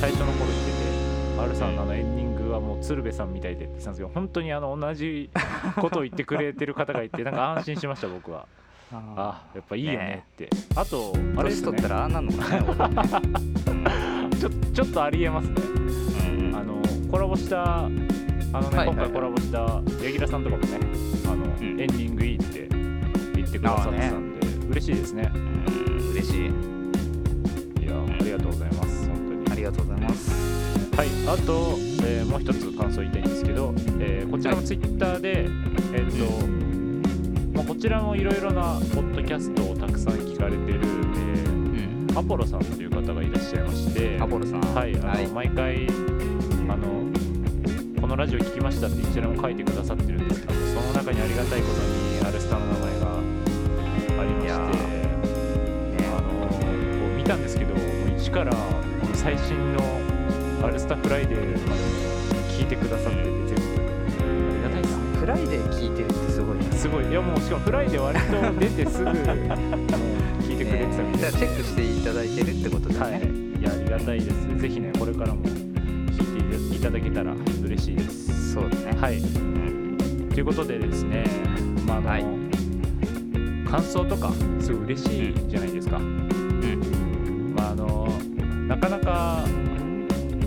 Speaker 2: 最初の頃してて R さんのあのエンディングはもう鶴瓶さんみたいでって言ってたんですけど本当にあの
Speaker 1: [LAUGHS]
Speaker 2: 同じことを言ってくれてる方がいてなんか安心しました僕はあやっぱいいよねってあとあれ
Speaker 1: 年
Speaker 2: です
Speaker 1: 取
Speaker 2: ね
Speaker 1: ったらああなんの
Speaker 2: [LAUGHS]
Speaker 1: かね。俺ね
Speaker 2: ちょちょっとありえますね
Speaker 1: うん
Speaker 2: あのコラボしたあのね
Speaker 1: はい
Speaker 2: 今
Speaker 1: はいはい
Speaker 2: 回コラボした柳楽さんとかもねあのエン
Speaker 1: ん
Speaker 2: ディングいいって言ってくださってたんで嬉しいですね
Speaker 1: うん嬉しい。
Speaker 2: いやありがとうございます本当に
Speaker 1: ありがとうございます。
Speaker 2: はい、あと、えーもう一つ感想言いたいんですけど、えーこちらもツイッターで、えーっとまあ、こちらもいろいろなポッドキャストをたくさん聞かれてる、
Speaker 1: うん。
Speaker 2: えーアポロさんという方がいらっしゃいまして
Speaker 1: アポロさん。
Speaker 2: はいあの、
Speaker 1: はい。
Speaker 2: 毎回あのこのラジオ聞きましたって一覧を書いてくださってるんですけどその中にありがたいことにアルスタの名前があり
Speaker 1: い
Speaker 2: まし
Speaker 1: や
Speaker 2: て。
Speaker 1: ね
Speaker 2: あのこう見たんですけどもう一から最新の「アルスタフライデー」まで聞いてくださってて全部ありがたいな
Speaker 1: フライデー聞いてるってすごいね。
Speaker 2: すごいいやもうしかも「フライデー」割と出てすぐあの聞いてくれてたみ
Speaker 1: じ
Speaker 2: た
Speaker 1: ゃあ
Speaker 2: い
Speaker 1: チ
Speaker 2: で
Speaker 1: ェックしていただいてるってことです
Speaker 2: は
Speaker 1: ね。
Speaker 2: いいやありがたいですぜひねこれからも聞いていただけたら嬉しいです
Speaker 1: そうだね。
Speaker 2: はい、ということでですね、まああの
Speaker 1: はい
Speaker 2: 感想とかすごい嬉しいじゃないですか、まああのなかなか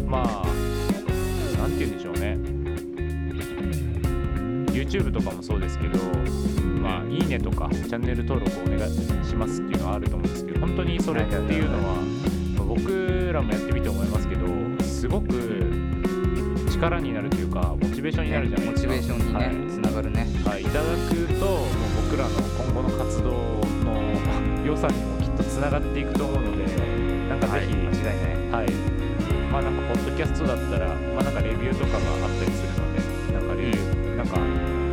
Speaker 2: まあなんて言うんでしょうね YouTube とかもそうですけどまあいいねとかチャンネル登録お願いしますっていうのはあると思うんですけど本当にそれっていうのは僕らもやってみて思いますけどすごく力になるというかモチベーションになるじゃない
Speaker 1: モ
Speaker 2: で
Speaker 1: チ
Speaker 2: すか、
Speaker 1: ベーションにね、つながるね。
Speaker 2: はい、はい、いただくともう僕らの今後の活動の良さにもきっとつながっていくと思うのでなんか
Speaker 1: は
Speaker 2: ぜ
Speaker 1: い、
Speaker 2: ひ、
Speaker 1: 間違いない。
Speaker 2: はい、まあなんかポッドキャストだったら、まあなんかレビューとかがあったりするので、なんかレビュー、なんか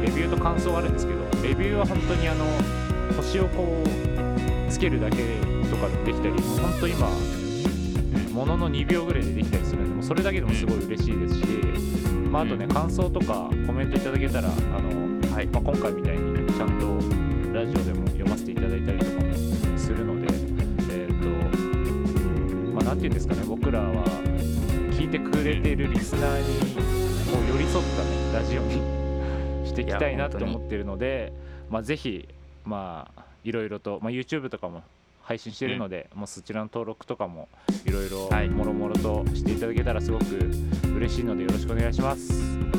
Speaker 2: レビューと感想はあるんですけど、レビューは本当にあの星をこうつけるだけとかできたり、もう本当今ものの2秒ぐらいでできたりするんで、もうそれだけでもすごい嬉しいですし、まあ、あとね感想とかコメントいただけたらあの、はいまあ、今回みたいにちゃんとラジオでも読ませていただいたりとかもするのでえっ、とまあ何て言うんですかね僕らは聞いてくれてるリスナーにこう寄り添ったねラジオにしていきたいなと思ってるので、まあ、ぜひまあいろいろと、まあ、YouTube とかも配信してるので、もうそちらの登録とかもいろいろもろもろとしていただけたらすごく嬉しいのでよろしくお願いします。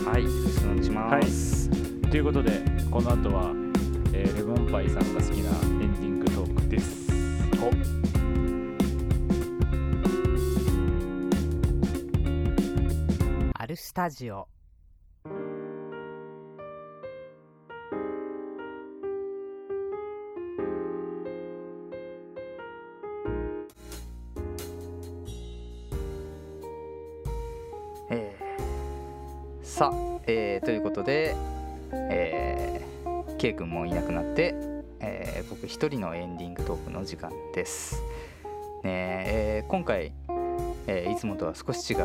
Speaker 1: はい、よろしくお願いします。
Speaker 2: ということでこの後は、えーレモンパイさんが好きなエンディングトークです。
Speaker 9: アルスタジオ
Speaker 1: えーさあ、えーということで、えー、K 君もいなくなって、えー僕一人のエンディングトークの時間です。ねええー今回、えーいつもとは少し違う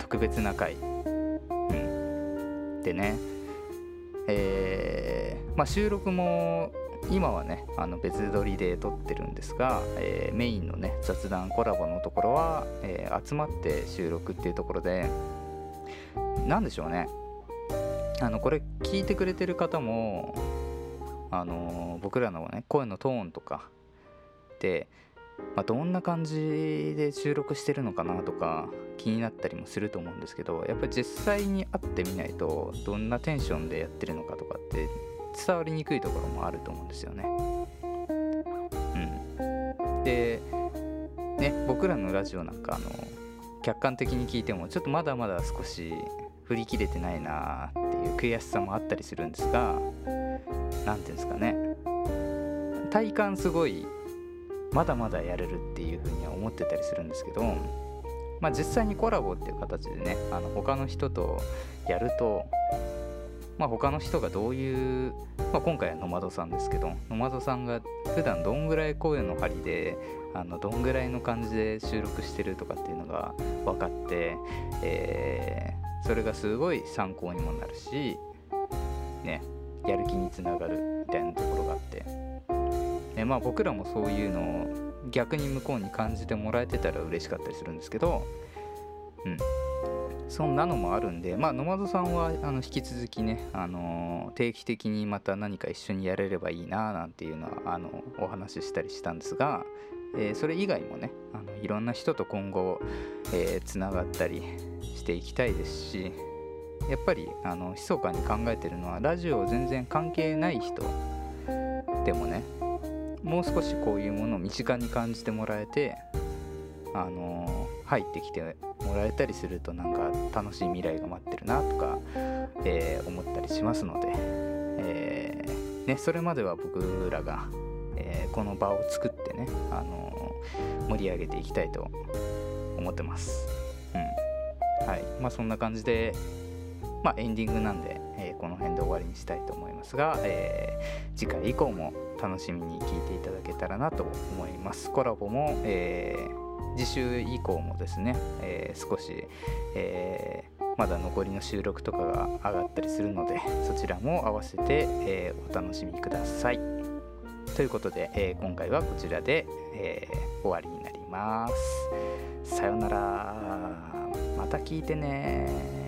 Speaker 1: 特別な回、うんでね、えーまあ、収録も今はねあの別撮りで撮ってるんですが、えーメインのね雑談コラボのところは、えー集まって収録っていうところでなんでしょうねあのこれ聞いてくれてる方もあのー僕らのね声のトーンとかで、まあ、どんな感じで収録してるのかなとか気になったりもすると思うんですけどやっぱり実際に会ってみないとどんなテンションでやってるのかとかって伝わりにくいところもあると思うんですよね。うん、で、ね、僕らのラジオなんかあの客観的に聞いてもちょっとまだまだ少し振り切れてないなーっていう悔しさもあったりするんですが何ていうんですかね体感すごいまだまだやれるっていうふうには思ってたりするんですけど、まあ、実際にコラボっていう形でねあの他の人とやると、まあ、他の人がどういう、まあ、今回はノマドさんですけどノマドさんが普段どんぐらい声の張りであのどんぐらいの感じで収録してるとかっていうのが分かって、えーそれがすごい参考にもなるし、ね、やる気につながるみたいなところがあって、ねまあ、僕らもそういうのを逆に向こうに感じてもらえてたら嬉しかったりするんですけど、うん、そんなのもあるんで、まあ、ノマドさんはあの引き続きね、あのー定期的にまた何か一緒にやれればいいななんていうのはあのお話ししたりしたんですが、えーそれ以外もねあのいろんな人と今後えーつな、がったりしていきたいですしやっぱりあの密かに考えてるのはラジオ全然関係ない人でもねもう少しこういうものを身近に感じてもらえて、あのー入ってきてもらえたりするとなんか楽しい未来が待ってるなとか、えー思ったりしますので、えーね、それまでは僕らが、えーこの場を作ってね、あのー盛り上げていきたいと思ってます。うんはいまあ、そんな感じで、まあ、エンディングなんで、えーこの辺で終わりにしたいと思いますが、えー次回以降も楽しみに聞いていただけたらなと思います。コラボも、えー次週以降もですね、えー少し、えーまだ残りの収録とかが上がったりするのでそちらも合わせて、えーお楽しみください。ということで、えー今回はこちらで、えー終わりになります。さようならまた聞いてね